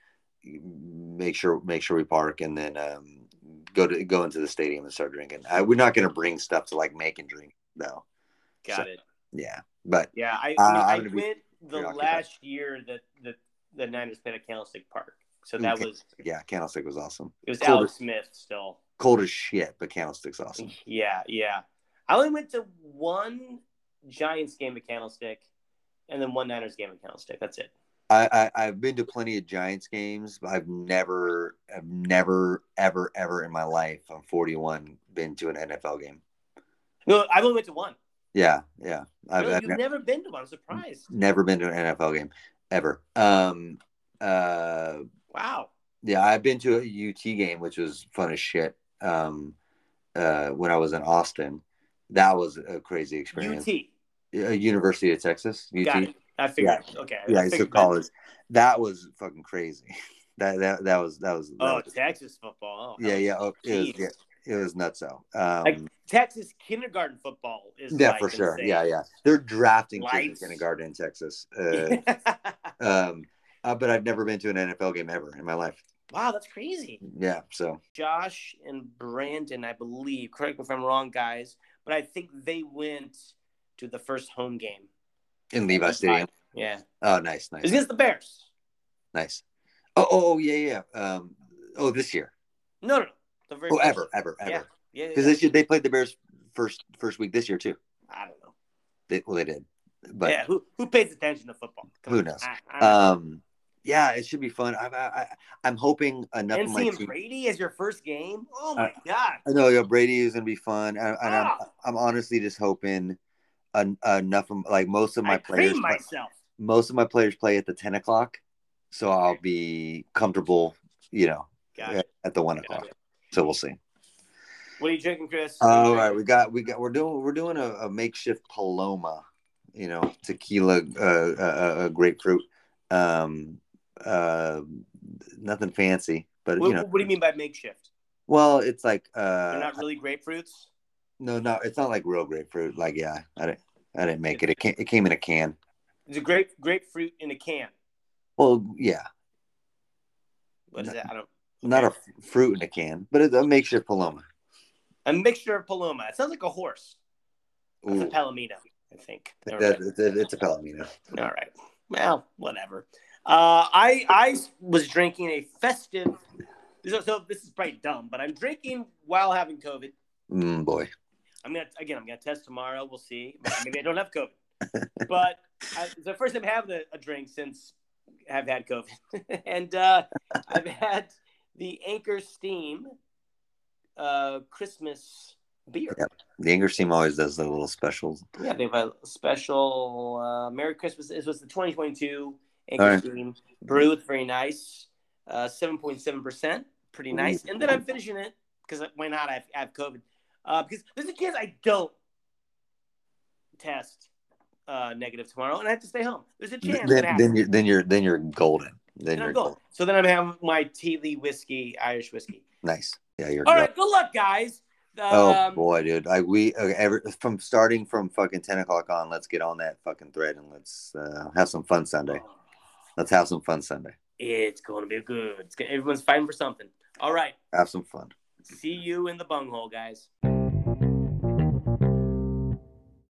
S2: make sure make sure we park, and then um, go to go into the stadium and start drinking. Uh we're not going to bring stuff to like make and drink though.
S1: Got
S2: So-
S1: it.
S2: Yeah, but
S1: Yeah, I,
S2: Uh,
S1: I,
S2: I'm
S1: mean, I
S2: gonna be
S1: went the
S2: preoccupied.
S1: last year that the the Niners played at Candlestick Park, so that
S2: Okay.
S1: was
S2: yeah, Candlestick was awesome.
S1: it was
S2: Cool.
S1: Alex Smith still. (laughs)
S2: Cold as shit, but Candlestick's awesome.
S1: Yeah, yeah. I only went to one Giants game at Candlestick, and then one Niners game at Candlestick. That's it.
S2: I, I I've been to plenty of Giants games, but I've never I've never ever ever in my life I'm 41 been to an NFL game.
S1: No, I only went to one.
S2: Yeah, yeah. I've,
S1: No,
S2: I've
S1: you've never been to one. I'm surprised.
S2: never been to an NFL game ever. Um, uh,
S1: Wow.
S2: yeah, I've been to a UT game, which was fun as shit. Um, uh, when I was in Austin, that was a crazy experience.
S1: UT.
S2: Uh, University of Texas, UT.
S1: Got it. I figured. Okay. I
S2: Yeah, it's a
S1: figured
S2: college. That was fucking crazy. (laughs) that that that was that was. That
S1: that. Oh,
S2: was
S1: Texas football. Oh,
S2: yeah, yeah. Oh, it was,
S1: Jeez.
S2: yeah, it was nuts though.
S1: Like,
S2: Um,
S1: Texas kindergarten football is
S2: yeah,
S1: like
S2: for sure.
S1: insane.
S2: Yeah, yeah. They're drafting kids
S1: Lights.
S2: in kindergarten
S1: (laughs)
S2: in Texas. Uh, um, uh, but I've never been to an NFL game ever in my life.
S1: wow, that's crazy.
S2: Yeah, so
S1: Josh and Brandon, I believe. Correct me if I'm wrong, guys, but I think they went to the first home game.
S2: in Levi Stadium.
S1: Yeah,
S2: Oh, nice,
S1: it was
S2: nice,
S1: against the Bears.
S2: nice. Oh, oh, oh, yeah, yeah. Um, oh, this year.
S1: No, no, no. The very
S2: Oh,
S1: first-
S2: ever, ever,
S1: Yeah,
S2: ever.
S1: yeah. yeah,
S2: Because
S1: yeah.
S2: this year they played the Bears first first week this year too.
S1: I don't know.
S2: They, well, they did, but
S1: yeah, who who pays attention to football? Come
S2: Who
S1: on.
S2: knows?
S1: I, I don't
S2: um, yeah, it should be fun. I'm I, I, I'm hoping
S1: know.
S2: enough
S1: and
S2: of my
S1: seeing
S2: team.
S1: Brady as your first game. Oh my
S2: Uh,
S1: god!
S2: I know yeah, Brady is gonna be fun, and, and I'm
S1: Ah.
S2: I'm honestly just hoping en- enough of like most of my
S1: I
S2: players.
S1: cream myself.
S2: most of my players play at the 10 o'clock so i'll be comfortable you know
S1: Got
S2: at-
S1: it.
S2: at the one
S1: Got
S2: o'clock
S1: it.
S2: so we'll see
S1: What are you drinking, Chris?
S2: all right we got we got we're doing we're doing a, a makeshift paloma you know tequila uh, uh, uh grapefruit um uh nothing fancy but
S1: What,
S2: you know
S1: what do you mean by makeshift?
S2: well it's like
S1: They're
S2: uh
S1: not really grapefruits.
S2: no no it's not like real grapefruit like yeah i didn't i didn't make it it came, it came in a can
S1: It's a grape grapefruit in a can.
S2: well yeah
S1: What is that? I don't.
S2: not a fruit in a can but it's a makeshift paloma
S1: A mixture of Paloma. It sounds like a horse. It's a
S2: Ooh.
S1: Palomino, I think. Never
S2: That,
S1: mind.
S2: that- it's a Palomino.
S1: All right. Well, whatever. Uh, I I was drinking a festive. So, so this is probably dumb, but I'm drinking while having COVID.
S2: Mm, boy.
S1: I'm gonna again. I'm gonna test tomorrow. We'll see. Maybe I don't have COVID.
S2: (laughs)
S1: But I, it's the first time having a, a drink since I've had COVID, (laughs) and uh, I've had the Anchor Steam uh, Christmas beer.
S2: Yep. The Anger team always does the little specials.
S1: Yeah, they have a special uh, Merry Christmas. This was the 2022 Anchor
S2: All right.
S1: Steam brew. It's very nice, uh, 7.7%. Pretty nice. And then I'm finishing it because why not? I've, I have COVID. Uh, because there's a chance I don't test uh, negative tomorrow and I have to stay home. There's a
S2: Then,
S1: chance. it
S2: then,
S1: happens.
S2: you're then you're then you're golden. Then
S1: And
S2: you're
S1: I'm
S2: golden.
S1: going. So then I'm having my Tealy whiskey, Irish whiskey.
S2: Nice. Yeah, you're
S1: All
S2: golden.
S1: right. Good luck, guys.
S2: Oh
S1: Um,
S2: boy, dude! Like we okay, every, from starting from fucking ten o'clock on. Let's get on that fucking thread and let's uh, have some fun
S1: Oh.
S2: Sunday. Let's have some fun Sunday.
S1: It's going to be good. It's gonna, everyone's fighting for something. All right.
S2: Have some fun.
S1: See you in the bunghole, guys.